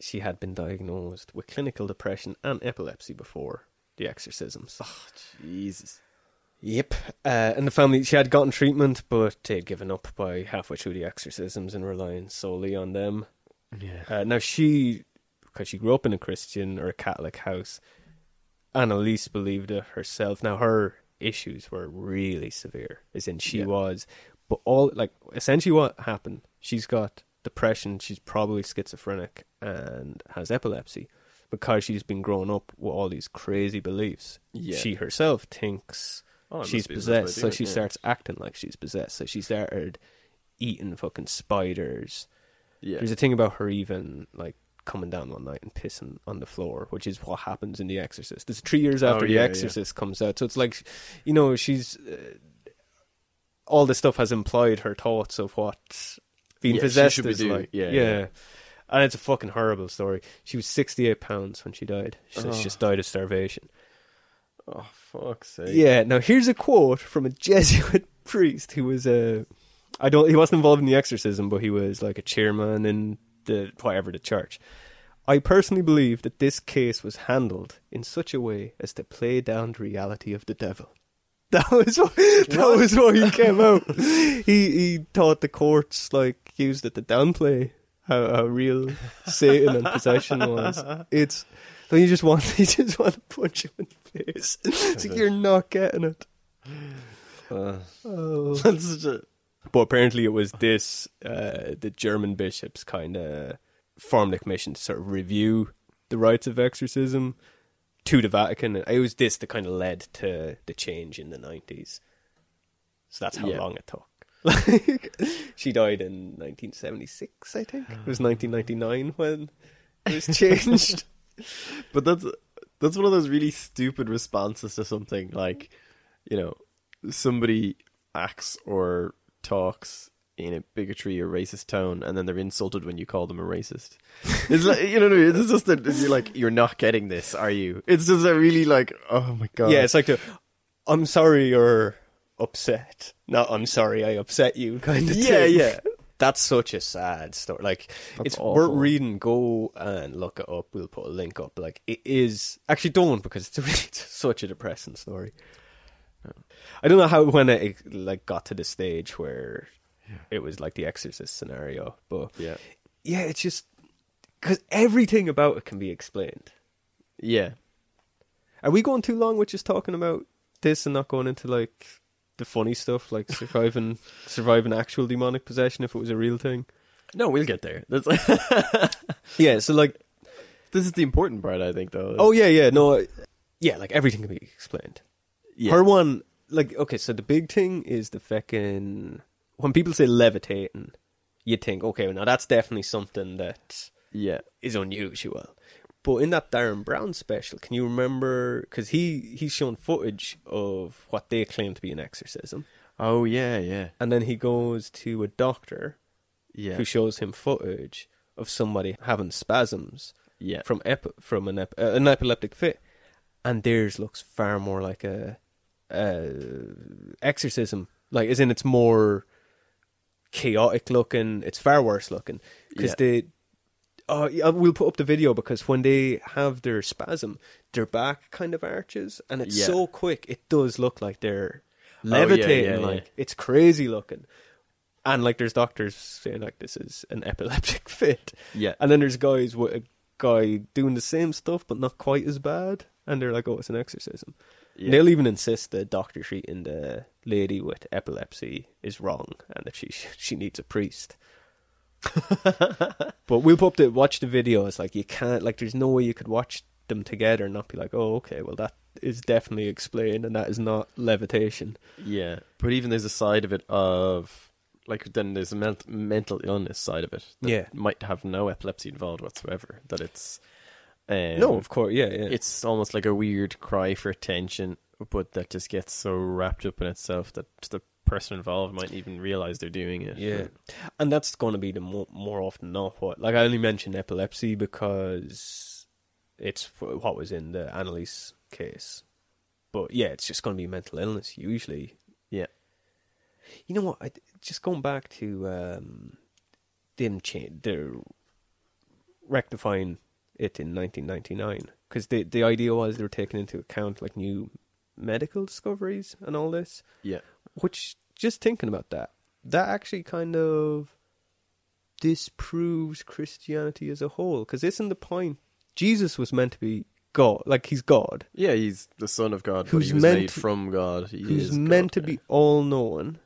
she had been diagnosed with clinical depression and epilepsy before the exorcisms.
Oh, Jesus.
Yep. Uh, and the family, she had gotten treatment, but they'd given up by halfway through the exorcisms and relying solely on them.
Yeah.
Uh, now she, because she grew up in a Christian or a Catholic house, Annalise believed it herself. Now her issues were really severe, as in she
Yeah.
was, but all like essentially what happened, she's got depression. She's probably schizophrenic and has epilepsy because she's been growing up with all these crazy beliefs.
Yeah.
She herself thinks
Oh, I
she's
must be possessed by
possessed,
a
so
demon,
she
yeah.
starts acting like she's possessed. So she started eating fucking spiders.
Yeah.
There's a thing about her even like coming down one night and pissing on the floor, which is what happens in The Exorcist. It's three years after
Oh, yeah,
The
yeah.
Exorcist comes out, so it's like, you know, she's uh, all this stuff has implied her thoughts of what being
Yeah, she
possessed
should be
is
doing-
like.
yeah,
yeah,
yeah.
and it's a fucking horrible story. She was 68 pounds when she died. She, says she just died of starvation.
oh fuck's sake.
Yeah. Now here's a quote from a Jesuit priest who was a, I don't, he wasn't involved in the exorcism, but he was like a chairman in the whatever the church. I personally believe that this case was handled in such a way as to play down the reality of the devil. That was what, that was what he came out. he he thought the courts like used it to downplay how, how real Satan and possession was. It's so you just want you just want to punch him in the face. It's like you're not getting it. Oh.
That's such a-
But apparently, it was this uh, the German bishops kind of formed a commission to sort of review the rites of exorcism to the Vatican. And it was this that kind of led to the change in the nineties. So that's how
Yeah.
long it took. Like she died in 1976, I think. It was 1999 when it was changed.
but that's that's one of those really stupid responses to something like, you know, somebody acts or talks in a bigotry or racist tone, and then they're insulted when you call them a racist. It's like you know, what I mean? it's just that you're like, you're not getting this, are you? It's just a really like, oh my god,
Yeah, it's like the I'm sorry you're upset. No, I'm sorry I upset you kind of
Yeah,
thing.
yeah.
That's such a sad story. Like it's
awful.
worth reading. Go and look it up. We'll put a link up. Like it is actually don't because it's, a really, it's such a depressing story. I don't know how when it like got to the stage where it was like the Exorcist scenario, but
Yeah.
yeah, it's just because everything about it can be explained.
yeah,
Are we going too long with just talking about this and not going into like the funny stuff, like surviving surviving actual demonic possession if it was a real thing?
no, we'll get there. That's
Yeah. So like,
this is the important part, I think, though.
oh yeah, yeah, no, I- yeah, like everything can be explained.
yeah,
Her one, like, okay, so the big thing is the fucking when people say levitating, you think, okay, well, now that's definitely something that
yeah,
is unusual. But in that Darren Brown special, can you remember? Because he he's shown footage of what they claim to be an exorcism.
oh yeah, yeah,
and then he goes to a doctor
yeah.
who shows him footage of somebody having spasms
Yeah.
from ep- from an ep- uh, an epileptic fit, and theirs looks far more like a, a exorcism. Like, as in, it's more chaotic looking. It's far worse looking because
Yeah.
they. Oh, yeah, we'll put up the video because when they have their spasm, their back kind of arches, and it's
Yeah.
so
Oh,
quick. It does look like they're
yeah, yeah,
levitating.
yeah.
like it's crazy looking. And like, there's doctors saying like this is an epileptic fit.
Yeah.
And then there's guys with a guy doing the same stuff but not quite as bad, and they're like, "Oh, it's an exorcism."
Yeah.
They'll even insist that doctor treating the lady with epilepsy is wrong and that she she needs a priest. but we'll pop the watch the video. It's like you can't like there's no way you could watch them together and not be like, "Oh, okay, well that is definitely explained and that is not levitation."
Yeah, but even there's a side of it of like then there's a men- mental illness side of it. That
Yeah.
might have no epilepsy involved whatsoever. That it's um,
no, of course, yeah, yeah.
it's almost like a weird cry for attention, but that just gets so wrapped up in itself that the person involved might even realize they're doing it.
Yeah, and that's going to be the more, more often not what. Like I only mentioned epilepsy because it's wh- what was in the Annalise case, but yeah, it's just going to be mental illness usually.
yeah,
You know what? I, just going back to um, them cha- they're rectifying it in 1999 because the the idea was they were taking into account like new medical discoveries and all this
yeah,
which just thinking about that that actually kind of disproves christianity as a whole because isn't the point jesus was meant to be god like he's god
yeah. He's the son of God, but
Who's
he was
meant
made
to-
from God. He
who's
is
meant
God.
to be all knowing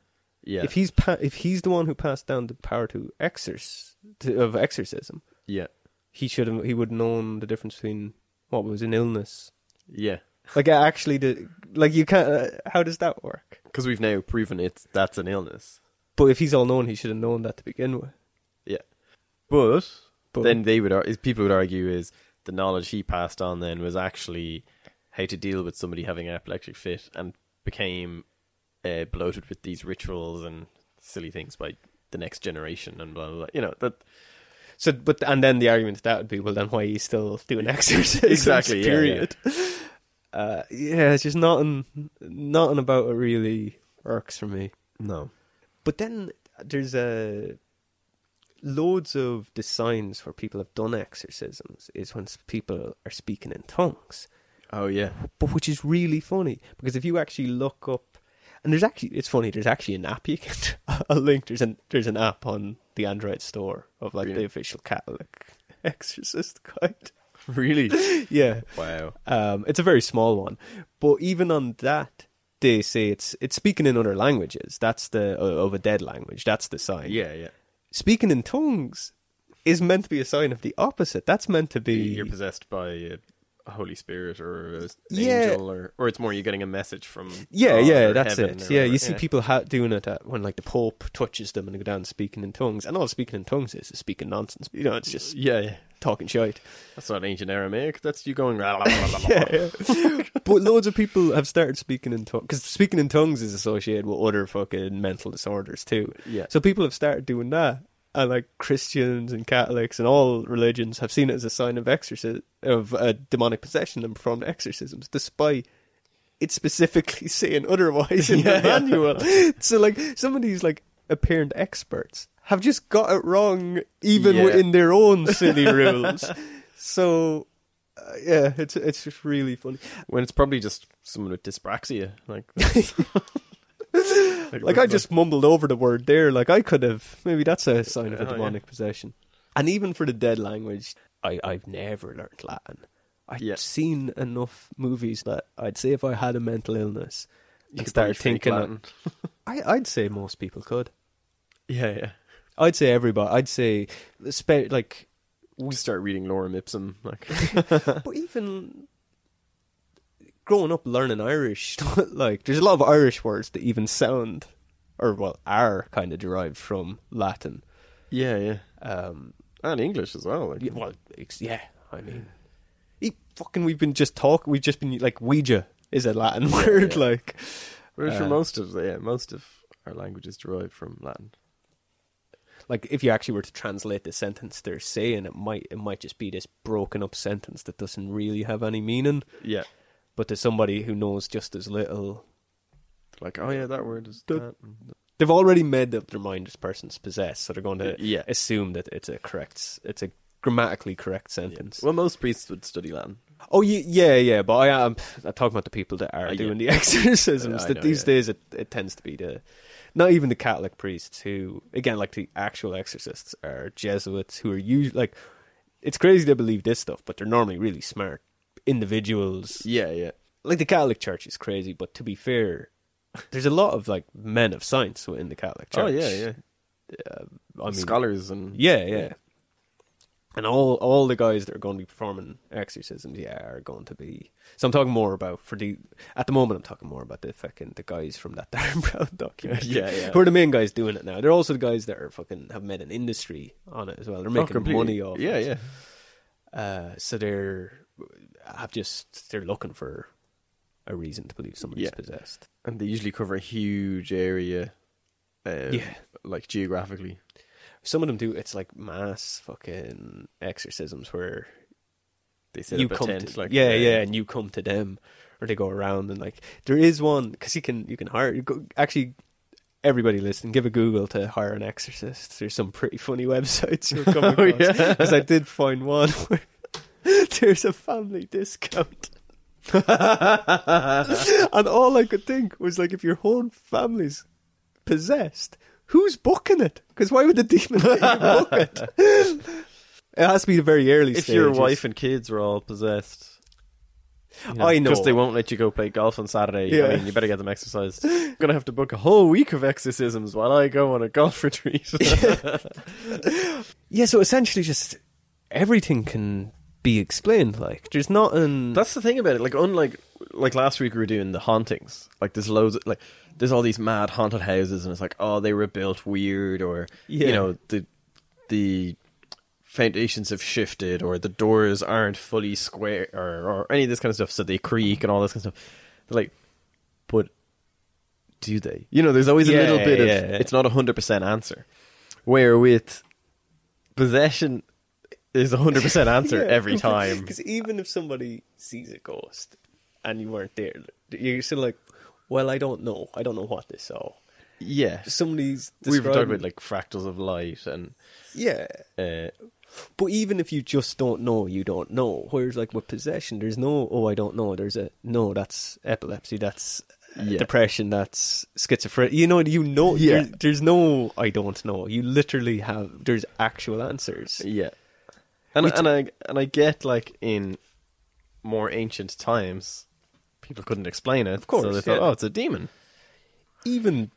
Yeah,
if he's pa- if he's the one who passed down the power to exorc to, of exorcism
yeah,
he should have he would have known the difference between what was an illness
yeah.
like actually the like you can't uh, how does that work
Because we've now proven it's that's an illness.
but if he's all knowing he should have known that to begin with
Yeah, but,
But-
then they would ar- is people would argue is the knowledge he passed on then was actually how to deal with somebody having an epileptic fit and became uh, bloated with these rituals and silly things by the next generation and blah blah. blah. You know that
So, but and then the argument to that would be, well, then why are you still doing exercise?
Exactly, yeah,
Period. Yeah, Uh, yeah, it's just nothing. Nothing about it really works for me.
no.
But then there's uh, loads of the signs where people have done exorcisms is when s- people are speaking in tongues
Oh yeah,
but which is really funny because if you actually look up and there's actually it's funny there's actually an app you can I'll link there's an there's an app on the Android store of like the
Brilliant.
official Catholic exorcist guide
really?
yeah
wow.
um it's a very small one but even on that they say it's it's speaking in other languages that's the of a dead language that's the sign
Yeah, yeah.
speaking in tongues is meant to be a sign of the opposite that's meant to be
You're possessed by a Holy Spirit or an
Yeah.
angel, or or it's more you're getting a message from
Yeah,
God
yeah,
or
that's
heaven
it.
or
Yeah,
whatever.
you see people ha- doing it at, when like the Pope touches them and they go down speaking in tongues, and all speaking in tongues is, is speaking nonsense. You know, it's just
Yeah, yeah.
talking shite.
That's not ancient Aramaic. That's you going. "Blah, blah, blah, blah, blah."
Yeah, yeah. but loads of people have started speaking in tongues because speaking in tongues is associated with other fucking mental disorders too.
Yeah.
so people have started doing that, and like Christians and Catholics and all religions have seen it as a sign of exorcism of uh, demonic possession and performed exorcisms, despite it's specifically saying otherwise in the manual. so like some of these like apparent experts have just got it wrong even
Yeah.
within their own silly rules. So uh, yeah, it's it's just really funny.
When it's probably just someone with dyspraxia, like
Like I just mumbled over the word there. Like I could have maybe that's a sign of
Oh,
a
yeah.
demonic possession. And even for the dead language, I I've never learned Latin. I've
Yeah.
seen enough movies that I'd say if I had a mental illness
You
and
could
started
probably speak
thinking,
Latin.
I I'd say most people could.
yeah, yeah.
I'd say everybody. I'd say spe- like,
We start reading Lorem Ipsum, like
but even growing up learning Irish, like there's a lot of Irish words that even sound or well are kind of derived from Latin.
yeah, yeah,
Um,
and English as well. Like,
yeah, well, ex- yeah, I mean, e- fucking, we've been just talk. We've just been like Ouija is a Latin word,
yeah.
like
Whereas for
uh,
most of the, yeah, most of our languages derived from Latin.
like if you actually were to translate the sentence they're saying, it might it might just be this broken up sentence that doesn't really have any meaning.
Yeah.
But to somebody who knows just as little,
Like, oh yeah, that word is
Duh.
that.
they've already made up their mind this person's possessed, so they're going to
Yeah.
assume that it's a correct, it's a grammatically correct sentence.
Well, most priests would study Latin.
Oh ye- yeah, yeah, but I am I'm talking about the people that are
Uh, yeah.
doing the exorcisms.
Uh, I
that
know,
these
yeah.
days it, it tends to be the not even the Catholic priests who again like the actual exorcists are Jesuits who are usually like it's crazy to believe this stuff, but they're normally really smart individuals.
Yeah, yeah.
Like the Catholic Church is crazy, but to be fair, there's a lot of like men of science within the Catholic Church.
Oh yeah, yeah.
I mean,
Scholars and
yeah, yeah. And all all the guys that are going to be performing exorcisms, yeah, are going to be. So I'm talking more about for the at the moment. I'm talking more about the fucking the guys from that Darren Brown documentary.
Yeah, yeah.
Who are the main guys doing it now? They're also the guys that are fucking have made an industry on it as well. They're
Oh,
making
completely.
money off.
Yeah,
it.
yeah.
Uh, so they're have just they're looking for a reason to believe somebody's
Yeah.
possessed.
And they usually cover a huge area. Um,
Yeah.
Like geographically.
Some of them do. It's like mass fucking exorcisms where
They set
you
up a
come
tent,
to,
like
yeah,
uh,
yeah, and you come to them, or they go around and like there is one because you can you can hire you go, actually everybody listen give a Google to hire an exorcist. There's some pretty funny websites you'll come
Oh,
across
yeah.
because I did find one where there's a family discount. and all I could think was like, if your whole family's possessed, who's booking it? Because why would the demon let you book it? It has to be the very early
If
stages.
your wife and kids were all possessed.
I know.
Because they won't let you go play golf on Saturday.
Yeah.
I mean, you better get them exercised. I'm going to have to book a whole week of exorcisms while I go on a golf retreat.
Yeah, so essentially, just everything can be explained. Like, there's not an
That's the thing about it. Like, unlike like last week, we were doing the hauntings. Like, there's loads. Of, like, there's all these mad haunted houses, and it's like, oh, they were built weird, or
Yeah.
you know, the the foundations have shifted, or the doors aren't fully square, or or any of this kind of stuff. So they creak and all this kind of stuff. They're like, but do they? You know, there's always
Yeah,
a little bit
yeah,
of
yeah.
it's not a hundred percent answer. Where with possession is a hundred percent answer every time.
Because even if somebody sees a ghost and you weren't there, you're still like, well, I don't know. I don't know what they saw.
Yeah.
Somebody's
We've
describing,
talked about like fractals of light and
yeah.
uh,
But even if you just don't know, you don't know. Whereas, like with possession, there's no, oh, I don't know. There's a no. That's epilepsy. That's uh,
Yeah.
depression. That's schizophrenia. You know, you know.
Yeah.
There's, there's no, I don't know. You literally have. There's actual answers.
yeah, and and I and I get like in more ancient times, people couldn't explain it. Of
course,
so they thought,
yeah.
oh, it's a demon.
Even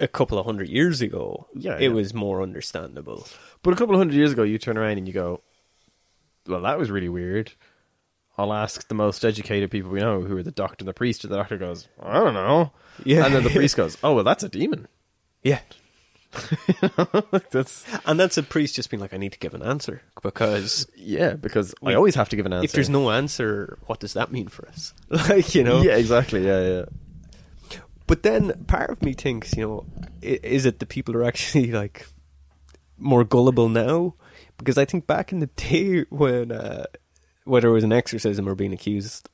a couple of hundred years ago,
Yeah,
it
yeah.
was more understandable.
But a couple of hundred years ago, you turn around and you go, well, that was really weird. I'll ask the most educated people we know, who are the doctor and the priest, and the doctor goes, I don't know.
Yeah.
and then the priest goes, oh, well, that's a demon.
Yeah,
Like, that's
and that's a priest just being like, I need to give an answer because
yeah, because
Like,
I always have to give an answer.
if there's no answer, what does that mean for us? like, you know.
yeah, exactly, yeah, yeah.
But then part of me thinks, you know, i- is it the people are actually like more gullible now? Because I think back in the day when uh, whether it was an exorcism or being accused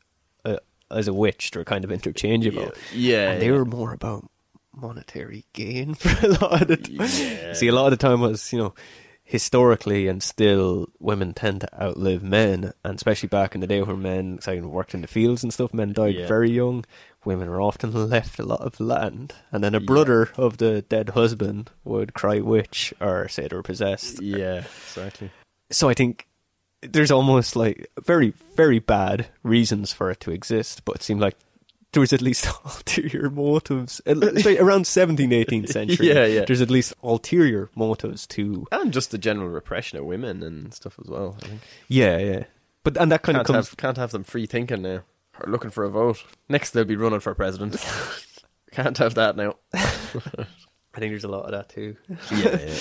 uh, as a witch, they're kind of interchangeable.
Yeah,
and they
yeah.
were more about monetary gain for a lot of the time. See, a lot of the time was you know historically and still women tend to outlive men, and especially back in the day where men 'cause I worked in the fields and stuff, men died
Yeah.
very young. Women are often left a lot of land, and then a brother of the dead husband would cry witch or say they were possessed.
Yeah, exactly.
So I think there's almost like very very bad reasons for it to exist, but it seemed like. There was at least ulterior motives. At le- say around 17th, 18th century.
Yeah, yeah.
There's at least ulterior motives to
and just the general repression of women and stuff as well. I think.
Yeah, yeah. But and that kind
Can't
of comes
have can't have them free thinking now or looking for a vote. Next, they'll be running for president. can't have that now.
I think there's a lot of that too.
Yeah, yeah.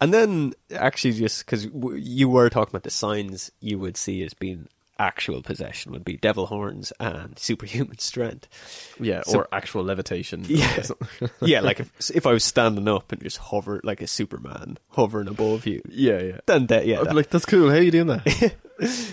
And then actually just cuz w- you were talking about the signs you would see as being actual possession would be devil horns and superhuman strength.
Yeah,
So-
or actual levitation.
Yeah. yeah, like if, if I was standing up and just hover like a Superman hovering above you,
yeah, yeah.
then that yeah,
I'd be
that-
like, that's cool. How you doing that?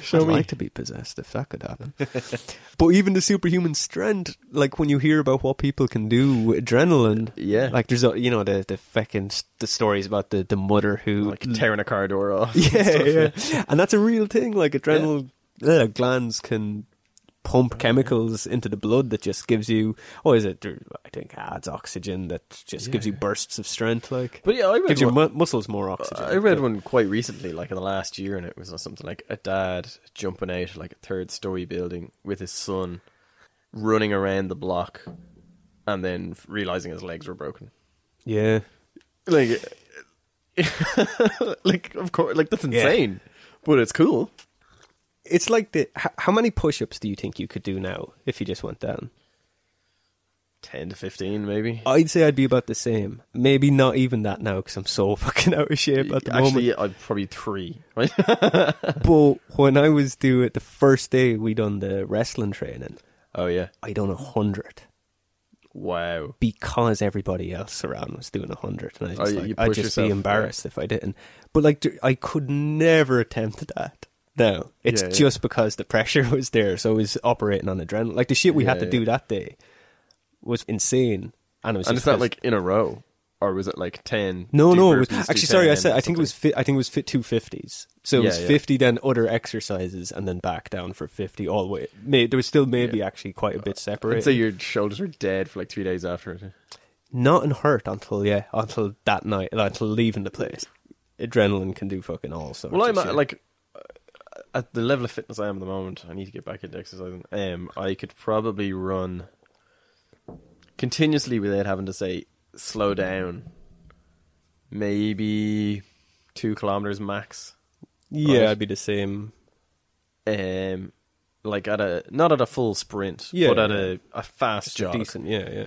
Show
I'd
me.
like to be possessed if that could happen. but even the superhuman strength, like when you hear about what people can do with adrenaline,
Yeah.
like there's a, you know the the fucking s- the stories about the the mother who
like tearing a car door off.
yeah, yeah. and that's a real thing. Like adrenal uh, glands can
Mm.
pump chemicals into the blood that just gives you, or is it? I think adds oxygen that just gives you bursts of strength. Like,
But yeah, I read
gives your
one-
mu- muscles more oxygen.
Uh, I read one quite recently, like in the last year, and it was on something like a dad jumping out of, like a third story building with his son, running around the block, and then realizing his legs were broken.
Yeah,
Like, like of course, like that's insane, but it's cool.
it's like the. How, how many push-ups do you think you could do now if you just went down?
Ten to fifteen, maybe.
I'd say I'd be about the same. Maybe not even that now because I'm so fucking out of shape at the moment.
Actually, I'd probably three. Right?
But when I was doing the first day we done the wrestling training,
oh yeah!
I done a hundred.
Wow.
because everybody else around was doing 100 and I was
Oh,
just
you-
like,
you
I'd
push
just
yourself,
be
yeah.
embarrassed if I didn't but like d- I could never attempt that no it's
Yeah, yeah.
just because the pressure was there so I was operating on adrenaline like the shit we had to
Yeah, yeah.
do that day was insane and it was
and
just
it's not
'cause-
like in a row, or was it like ten?
no
do
no it was
burpees, do
actually sorry I
10,
said I think it
something?
was fi- I think it was fit 250s so it
Yeah,
was
yeah.
50 then other exercises and then back down for 50 all the way May- there was still maybe actually quite a bit separated
I'd say your shoulders were dead for like three days after it.
not and hurt until yeah until that night like, until leaving the place adrenaline can do fucking all sorts
Well,
of
I'm
shit.
at, like uh, at the level of fitness I am at the moment. I need to get back into exercising. Um, I could probably run continuously without having to say slow down. Maybe two kilometers max.
yeah
Right.
i'd be the same
Um, like at a not at a full sprint,
Yeah,
but at
yeah.
a, a fast
Just a
jog.
decent yeah yeah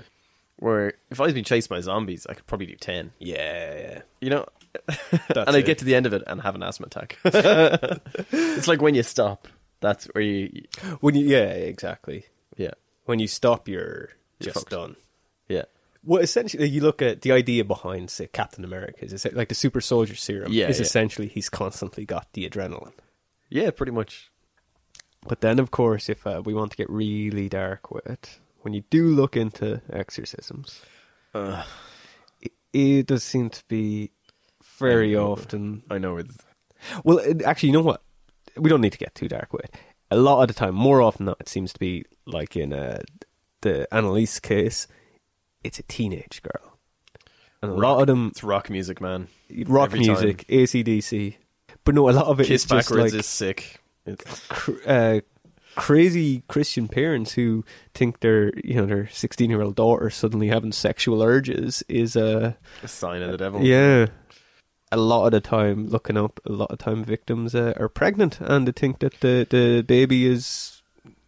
Where if I was being chased by zombies, I could probably do ten.
yeah yeah
You know,
That's
and I
it.
get to the end of it and have an asthma attack. it's like when you stop. That's where you,
when you yeah exactly
yeah,
when you stop you're
You're
just
fucked.
done
yeah,
well essentially you look at the idea behind say captain america is it's like the super soldier serum
Yeah,
is
yeah.
essentially he's constantly got the adrenaline
yeah, pretty much.
But then, of course, if uh, we want to get really dark with it, when you do look into exorcisms, it, it does seem to be very often.
I know it's
Well, it, actually, you know what? We don't need to get too dark with it. A lot of the time, more often than not, it seems to be like in uh, the Annalise case, it's a teenage girl. And a lot of them,
it's rock music, man.
rock
Every time.
music, ACDC. But no, a lot of it is
Kiss
just
backwards
like,
is sick. It's,
cr- uh, crazy Christian parents who think their you know their sixteen year old daughter suddenly having sexual urges is uh,
a sign of the devil.
yeah. A lot of the time, looking up, a lot of time victims uh, are pregnant and they think that the the baby is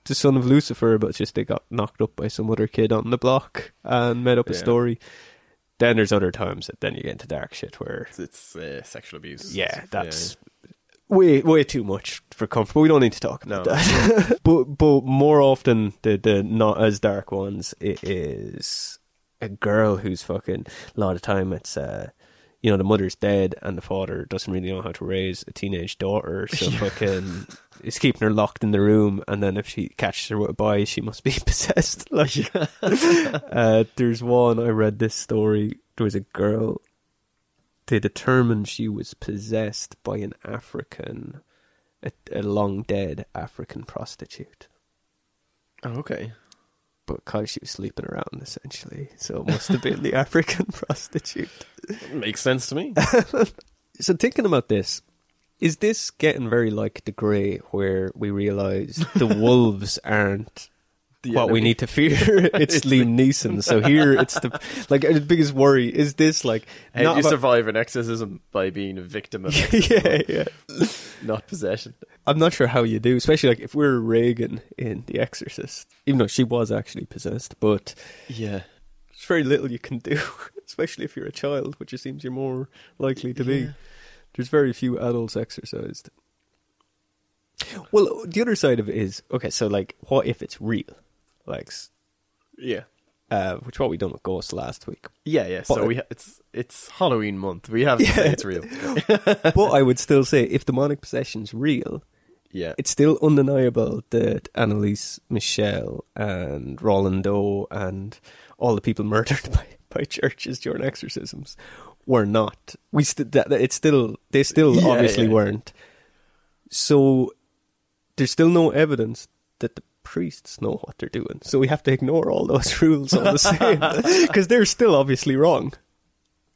the son of Lucifer, but it's just they got knocked up by some other kid on the block and made up a
Yeah.
story. Then there's other times that then you get into dark shit where
It's- it's uh, sexual abuse.
yeah, that's way way too much for comfort. We don't need to talk about
No.
that. but but more often the the not as dark ones, it is a girl who's fucking. A lot of time it's. uh you know the mother's dead and the father doesn't really know how to raise a teenage daughter, so fucking is keeping her locked in the room. And then if she catches her with a boy, she must be possessed. Like, uh, there's one I read this story. There was a girl they determined she was possessed by an African, a, a long dead African prostitute,
yeah. Oh, okay.
because she was sleeping around essentially. So it must have been the African prostitute.
Makes sense to me.
So thinking about this, is this getting very like the Grey, where we realise the wolves aren't
The
what we
enemy.
need to fear? it's Liam Neeson. So here it's the like the biggest worry is this like
How do you
about-
survive an exorcism by being a victim of exorcism,
yeah yeah.
not possession?
I'm not sure how you do, especially like if we're Reagan in The Exorcist, even though she was actually possessed, but
Yeah.
there's very little you can do, especially if you're a child, which it seems you're more likely to be. There's very few adults exorcised. Well, the other side of it is okay. So, like, what if it's real? Like, s-
Yeah.
uh, which what we done with ghosts last week.
Yeah, yeah.
But-
so we ha- it's it's Halloween month. We have to say it's real.
but I would still say, if demonic possession's real,
yeah.
it's still undeniable that Annalise Michelle and Roland Doe and all the people murdered by, by churches during exorcisms were not. We st- that, that- it's still they still
Yeah,
obviously
yeah.
weren't. So there's still no evidence that the priests know what they're doing. So we have to ignore all those rules all the same because they're still obviously wrong.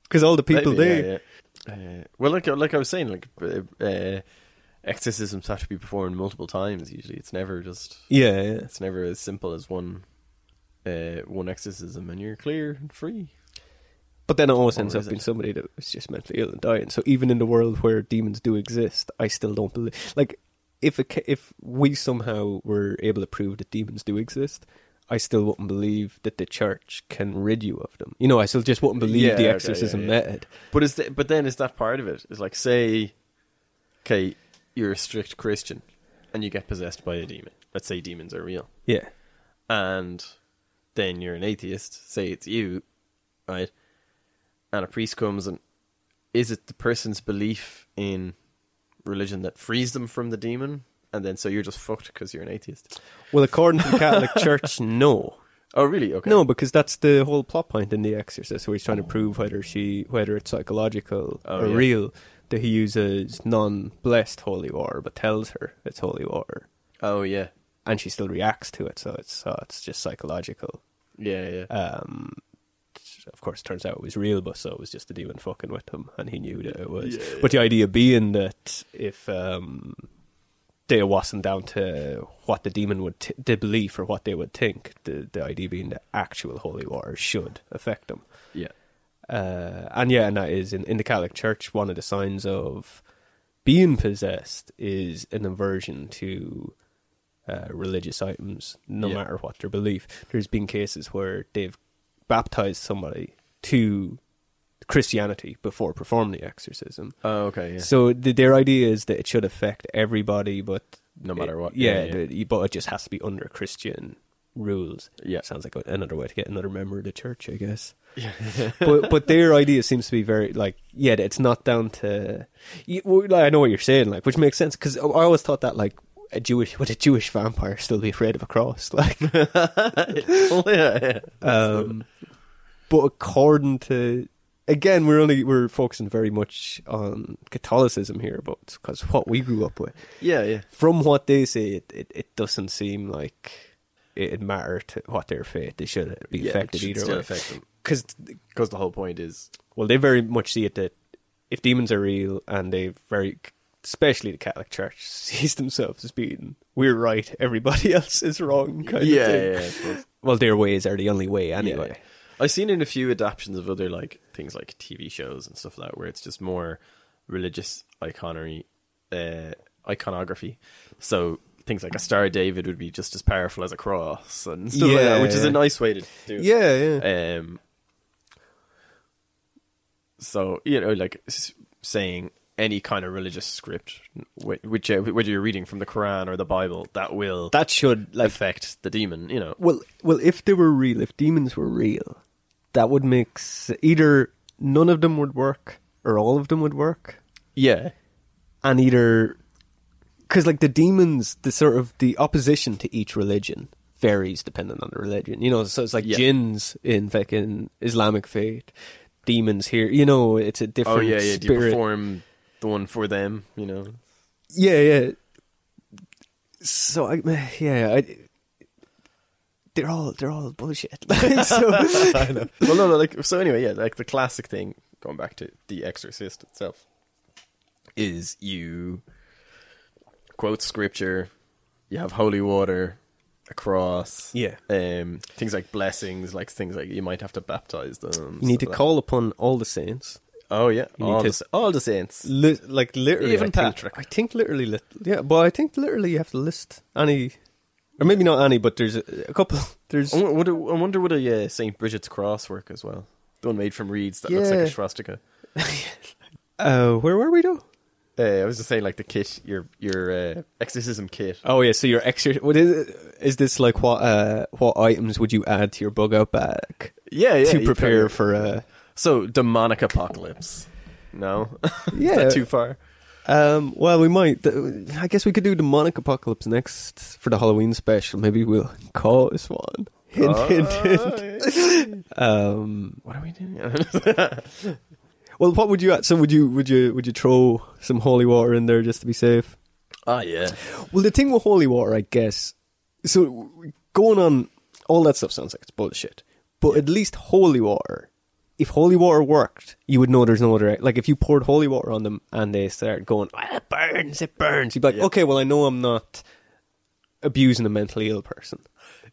Because all the people
Maybe,
there,
yeah, yeah. Uh, well, like like I was saying, like uh, uh, exorcisms have to be performed multiple times. Usually, it's never just
yeah, yeah.
it's never as simple as one uh, one exorcism, and you're clear and free.
But then it always
Or
ends up
is
being
it?
somebody that was just mentally ill and dying. So even in the world where demons do exist, I still don't believe. Like, if it, ca- if we somehow were able to prove that demons do exist, I still wouldn't believe that the church can rid you of them. You know, I still just wouldn't believe
Yeah, okay,
the
yeah,
exorcism
yeah.
method.
But is the, but then is that part of it? Is like say, okay, you're a strict Christian, and you get possessed by a demon. Let's say demons are real,
Yeah,
and then you're an atheist. Say it's you, right? And a priest comes and is it the person's belief in religion that frees them from the demon, and then so you're just fucked because you're an atheist?
Well, according to the Catholic Church, no.
Oh, really? Okay.
No, because that's the whole plot point in The Exorcist, where he's trying to prove whether she, whether it's psychological
Oh,
or
yeah.
real, that he uses non-blessed holy water, but tells her it's holy water.
Oh, yeah,
and she still reacts to it. So it's so it's just psychological.
yeah, yeah.
Um, of course, turns out it was real, but so it was just the demon fucking with him, and he knew that it was.
Yeah.
But the idea being that if um, they wasn't down to what the demon would t- the belief or what they would think, the the idea being that actual holy water should affect them.
yeah.
Uh, and yeah, and that is in, in the Catholic Church, one of the signs of being possessed is an aversion to uh, religious items, no
Yeah.
matter what their belief. There's been cases where they've baptized somebody to Christianity before performing the exorcism.
Oh, okay. Yeah.
So th their idea is that it should affect everybody, but
No matter what,
yeah,
yeah, yeah.
the- but it just has to be under Christian rules.
Yeah.
sounds like another way to get another member of the church, I guess. Yeah, but but their idea seems to be very like yeah, that it's not down to. You, well, like, I know what you're saying, like which makes sense because I I always thought that like a Jewish would a Jewish vampire still be afraid of a cross, like
Oh, yeah, yeah.
um, but according to again, we're only we're focusing very much on Catholicism here, but because what we grew up with,
yeah, yeah.
from what they say, it, it, it doesn't seem like it mattered to what their faith. They should be
Yeah, it
affected
should
either
still
way.
affect them.
Because
Because the whole point is,
well, they very much see it that if demons are real, and they very, especially the Catholic Church, sees themselves as being we're right, everybody else is wrong. Kind of
yeah, yeah,
thing.
yeah, I suppose.
Well, their ways are the only way
Yeah,
anyway.
yeah. I've seen in a few adaptations of other like things like TV shows and stuff like that, where it's just more religious iconery, uh, iconography. So things like a Star of David would be just as powerful as a cross and stuff like that,
Yeah,
which is a
yeah.
nice way to do. it.
Yeah, yeah.
Um, so you know, like s- saying any kind of religious script, wh- which uh, whether you're reading from the Quran or the Bible, that will
that should like
affect the demon. You know,
well well if they were real if demons were real that would make s- either none of them would work or all of them would work
yeah,
and either because like the demons the sort of the opposition to each religion varies depending on the religion you know so it's like
Yeah.
jinns in fucking islamic faith demons here you know it's a different
oh yeah, yeah. Do you
spirit
perform the one for them? You know,
yeah yeah so I, yeah I, they're all they're all bullshit Like, so
well, no, no. Like so, anyway, yeah. Like the classic thing, going back to The Exorcist itself, is you quote scripture, you have holy water, a cross,
Yeah.
um, things like blessings, like things like you might have to baptize them.
You need to
stuff like
call upon all the saints,
that. Oh yeah,
need
all
to-
the, sa- all the saints.
li- like literally,
Even
I think-
Patrick.
I think literally, lit- yeah. But I think literally you have to list any, or maybe not any, but there's a, a couple. There's
I wo- would- I wonder would a uh, Saint Bridget's cross work as well? The one made from reeds that looks like
Yeah.
a swastika.
uh, where were we though?
Uh, I was just saying, like the kit, your your uh, exorcism kit.
Oh yeah, so your extra. What is is this like? What uh, what items would you add to your bug out bag
Yeah, yeah.
to
you
prepare
probably-
for uh, a?
so demonic apocalypse. No,
Yeah.
is that too far?
Um, well, we might. th- I guess we could do demonic apocalypse next for the Halloween special. Maybe we'll call this one. Hint, hint, hint. Um,
What are we doing?
well, what would you? add? So would you? Would you? Would you throw some holy water in there just to be safe?
oh yeah.
Well, the thing with holy water, I guess. So w- going on, all that stuff sounds like it's bullshit. But at least holy water. If holy water worked, you would know there's no other. Like if you poured holy water on them and they started going, "Ah, it burns, it burns. You'd be like,
Yeah.
okay, well, I know I'm not abusing a mentally ill person.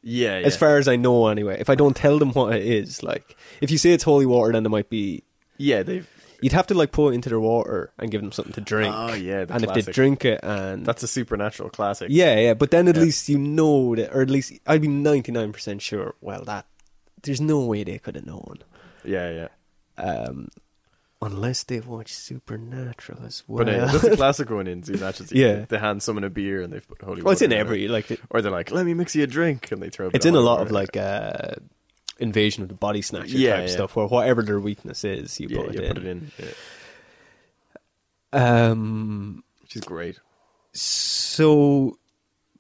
Yeah, yeah.
As far as I know, anyway. If I don't tell them what it is, like if you say it's holy water, then it might be
yeah, they've
You'd have to like pour it into their water and give them something to drink.
Oh, yeah, the
and if they
classic.
drink it, and
that's a supernatural classic.
yeah, yeah, but then at
Yeah.
least you know that, or at least I'd be ninety nine percent sure. Well, that there's no way they could have known,
yeah, yeah.
um, unless they watch Supernatural as well.
But uh, that's a classic one in zoo matches.
Yeah.
they hand someone a beer and they've put holy.
well, it's
water
in
it.
every like it-
Or they're like, "Let me mix you a drink," and they throw. bit
it's in a
holy
lot
water
of
in it.
like uh, invasion of the body snatcher
Yeah,
type
yeah.
stuff, where whatever their weakness is, you
yeah,
put it
you
in.
put it in, yeah.
Um,
which is great.
So,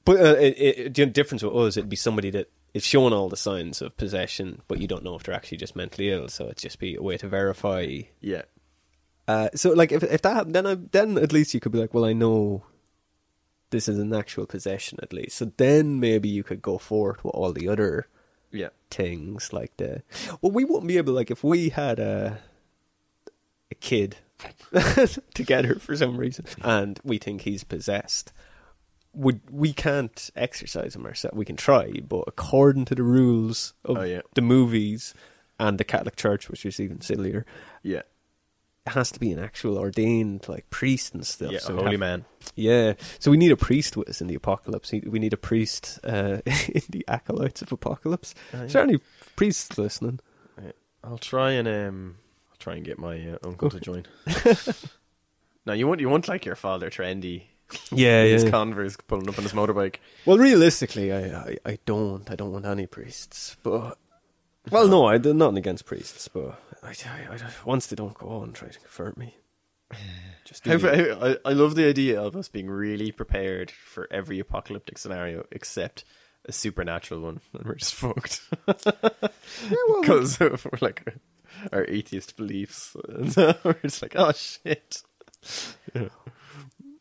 but uh, it, it, the difference with us, it'd be somebody that is showing all the signs of possession, but you don't know if they're actually just mentally ill. So it'd just be a way to verify.
Yeah,
Uh, so, like, if if that happened, then I, then at least you could be like, well, I know this is an actual possession at least. So then maybe you could go forth with all the other
yeah.
things like the. Well, we wouldn't be able like if we had a a kid together for some reason, and we think he's possessed. Would we can't exercise him ourselves? We can try, but according to the rules of
Oh, yeah.
the movies and the Catholic Church, which is even sillier,
Yeah,
it has to be an actual ordained like priest and stuff.
yeah,
so
a
we
holy
have-
man.
Yeah, so we need a priest with us in the apocalypse. We- We need a priest uh, in the acolytes of apocalypse.
Oh,
Is there any priests listening?
I'll try and um, I'll try and get my uh, uncle to join. now you want you want like your father trendy,
Yeah,
his Converse pulling up on his motorbike.
well, realistically, I, I, I don't. I don't want any priests. But well, no, I nothing against priests, but I, I, I, once they don't go on, try to convert me. Just do
How,
the-
how, I, I love the idea of us being really prepared for every apocalyptic scenario except a supernatural one, and we're just fucked because of we're like our atheist beliefs. And so we're just like, oh shit.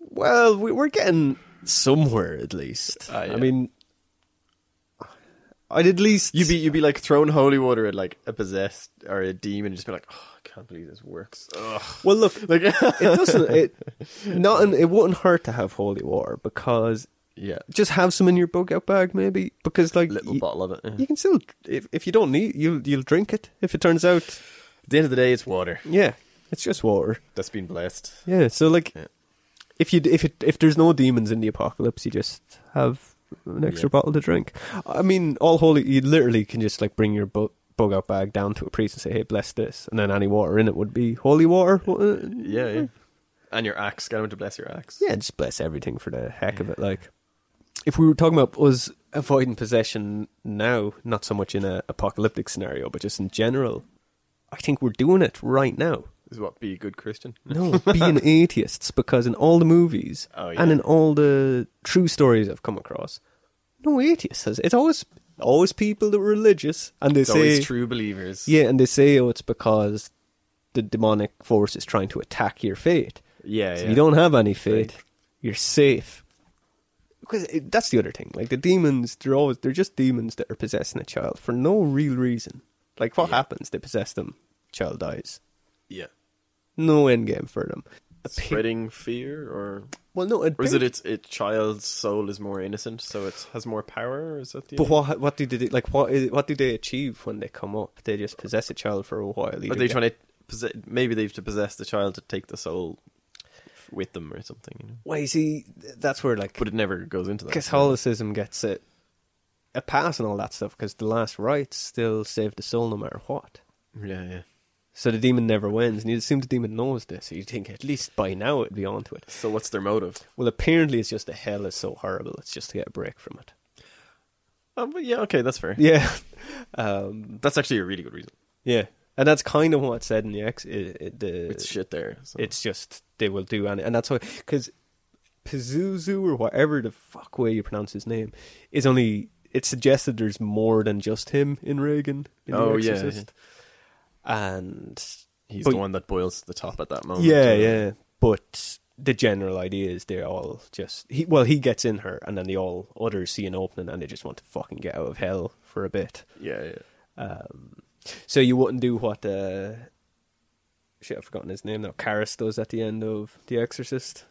Well, we, we're getting somewhere at least.
Ah, yeah.
I mean, I'd at least
You'd be you'd be like throwing holy water at like a possessed or a demon, and just be like, oh, I can't believe this works. Ugh.
well. Look,
Like,
it doesn't. It not. an- It wouldn't hurt to have holy water because
yeah,
just have some in your bug out bag, maybe. Because like
little
you,
bottle of it. yeah.
you can still if if you don't need you'll you'll drink it if it turns out
At the end of the day, it's water
yeah it's just water
that's been blessed.
yeah so like
Yeah.
if you if it if there's no demons in the apocalypse you just have an extra
Yeah.
bottle to drink I mean all holy you literally can just like bring your bu- bug out bag down to a priest and say hey bless this and then any water in it would be holy water uh, wouldn't it?
Yeah, yeah. Mm-hmm. And your axe, get him to bless your axe.
yeah, just bless everything for the heck of it. Like, if we were talking about us avoiding possession now, not so much in a apocalyptic scenario, but just in general, I think we're doing it right now.
Is what be a good Christian.
No, being atheists, because in all the movies
Oh,
and
yeah.
in all the true stories I've come across, no atheists. has- It's always always people that were religious, and they
It's
say
always true believers.
yeah, and they say oh, it's because the demonic force is trying to attack your faith.
yeah,
So
yeah.
you don't have any faith.
Right.
You're safe. Because it, that's the other thing. Like the demons, they're always they're just demons that are possessing a child for no real reason. Like what happens? They possess them. Child dies.
yeah.
No end game for them. A pa-
Spreading fear, or
well, no. a
or is it
pa-
its it child's soul is more innocent, so it has more power? Or is that the?
But what what do they like? What is, what do they achieve when they come up? They just possess a child for a while.
Are they trying to possess? Maybe they have to possess the child to take the soul f- with them, or something. You know?
Well, you see, th- that's where like
But uh, it never goes into that.
Catholicism gets it a pass and all that stuff because the last rites still save the soul no matter what.
Yeah, yeah.
So the demon never wins, and you assume the demon knows this. So you think at least by now it'd be onto it.
So what's their motive?
Well, apparently it's just the hell is so horrible. It's just to get a break from it.
Um, but yeah, okay, that's fair.
Yeah, um,
That's actually a really good reason.
yeah, and that's kind of what's said in the ex. It, it, the,
It's shit there. So.
It's just they will do any, and that's why because Pazuzu or whatever the fuck way you pronounce his name is only. It's suggested there's more than just him in Reagan. In
Oh,
the
yeah,
Exorcist. and
he's
but-
the one that boils to the top at that moment.
yeah,
uh,
yeah. But the general idea is they're all just he. Well, he gets in her, and then the all others see an opening, and they just want to fucking get out of hell for a bit.
yeah, yeah.
Um, so you wouldn't do what uh, shit I've forgotten his name now. Karis does at the end of The Exorcist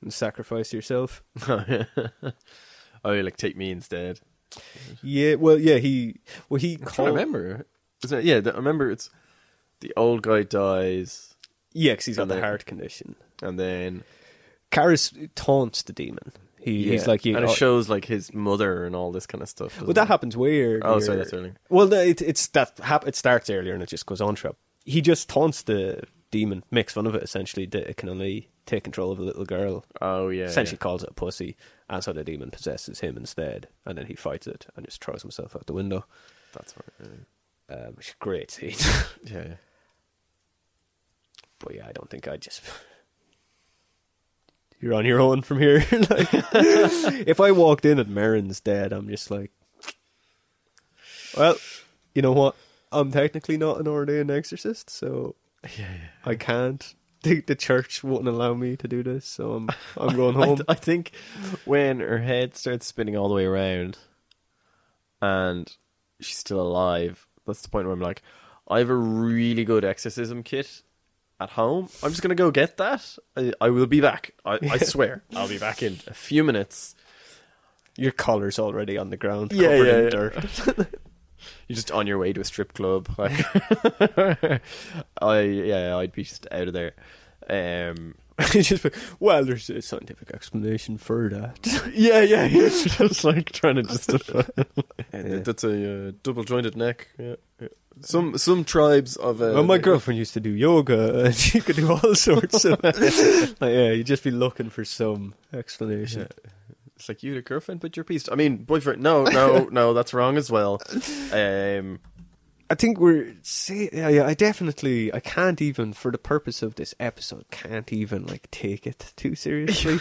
and sacrifice yourself.
Oh, you're like take me instead. Oh.
Yeah, well, yeah, he well he
I can't
called
remember. Is it, yeah, the, I remember it's the old guy dies,
yeah, 'cause he's got
And
the
then-
heart condition.
and then
Karis taunts the demon. He, He's
Yeah,
like you.
and
oh,
it shows like his mother and all this kind of stuff.
Well,
doesn't
that
it?
happens way earlier.
Oh, sorry, that's earlier.
Well, no, it, it's that hap- it starts earlier and it just goes on trip. He just taunts the demon, makes fun of it essentially that it can only take control of a little girl.
Oh yeah,
essentially calls it a pussy, and so the demon possesses him instead, and then he fights it and just throws himself out the window.
yeah. that's right.
Um, which is a great scene.
Yeah, yeah.
but yeah, I don't think I just. You're on your own from here. like, if I walked in and Marin's dead, I'm just like, well, you know what? I'm technically not an ordained exorcist, so I can't. The, the church wouldn't allow me to do this, so I'm I'm going
I,
home.
th- I think when her head starts spinning all the way around and she's still alive, that's the point where I'm like, I have a really good exorcism kit at home. I'm just going to go get that. I, I will be back. I, I swear. I'll be back in a few minutes.
Your collar's already on the ground,
Yeah,
covered
yeah,
in
yeah.
dirt.
You're just on your way to a strip club. Like, I yeah, I'd be just out of there. Um,
just be- well, there's a scientific explanation for that.
yeah, yeah, it's just like trying to justify.
Yeah.
That's a uh, double jointed neck. Yeah, yeah. Some some tribes of uh,
well, my girlfriend used to do yoga, and she could do all sorts of. like, yeah, you'd just be looking for some explanation.
It's like you had a girlfriend, but you're peace. I mean, boyfriend. No, no, no. That's wrong as well. Um,
I think we're. See, yeah, yeah, I definitely, I can't even, for the purpose of this episode, can't even like take it too seriously.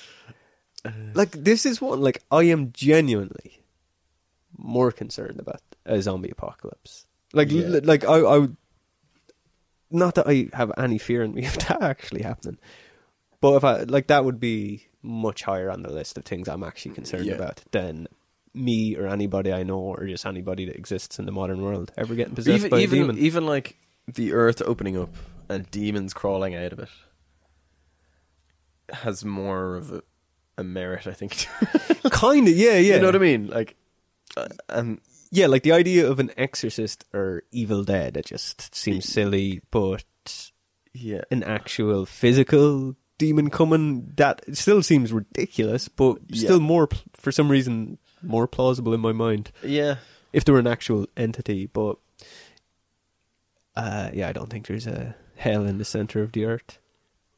like this is one like I am genuinely more concerned about a zombie apocalypse. Like,
Yeah.
li- like I, I, would- not that I have any fear in me of that actually happening, but if I like that would be much higher on the list of things I'm actually concerned
Yeah.
about than me or anybody I know or just anybody that exists in the modern world ever getting possessed
even
by
even
a demon.
even like the earth opening up and demons crawling out of it has more of a, a merit, I think.
kind of, yeah, yeah.
You know what I mean? Like, uh, and
Yeah, like the idea of an exorcist or Evil Dead, it just seems silly, but
yeah,
an actual physical demon coming that still seems ridiculous, but
Yeah.
still more pl- for some reason more plausible in my mind
yeah.
if there were an actual entity. But uh, yeah, I don't think there's a hell in the center of the earth.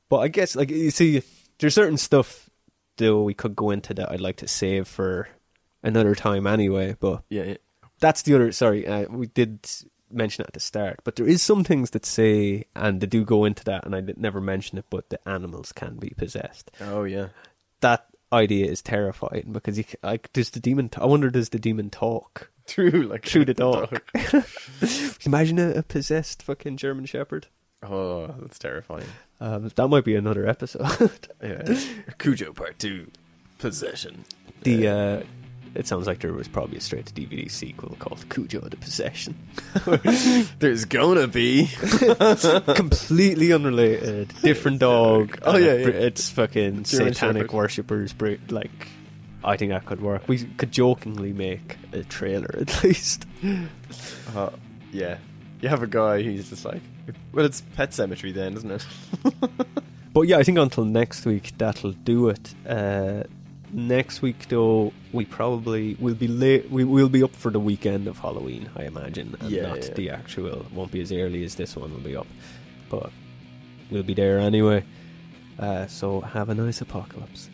But I guess like you see, there's certain stuff though we could go into that I'd like to save for another time anyway. But
Yeah, yeah.
that's the other sorry uh, we did mention it at the start but there is some things that say and they do go into that and i did- never mention it but the animals can be possessed
Oh, yeah.
that idea is terrifying because you c- like does the demon t- i wonder does the demon talk
True, like
through the dog imagine a, a possessed fucking german shepherd
Oh, that's terrifying.
um, that might be another episode
Yeah. Cujo Part Two, possession.
the uh it sounds like there was probably a straight to DVD sequel called Cujo the Possession.
There's gonna be.
completely unrelated. Different dog.
Oh, yeah, yeah.
Br- It's fucking
German
satanic
Shepherd.
worshippers. br- Like, I think that could work. We could jokingly make a trailer at least.
Uh, yeah, you have a guy who's just like, well, it's pet cemetery then, isn't it?
But yeah, I think until next week that'll do it. Uh, Next week, though, we probably will be late. We will be up for the weekend of Halloween, I imagine, and
Yeah,
not
yeah.
the actual. it Won't be as early as this one will be up, but we'll be there anyway. Uh, so have a nice apocalypse.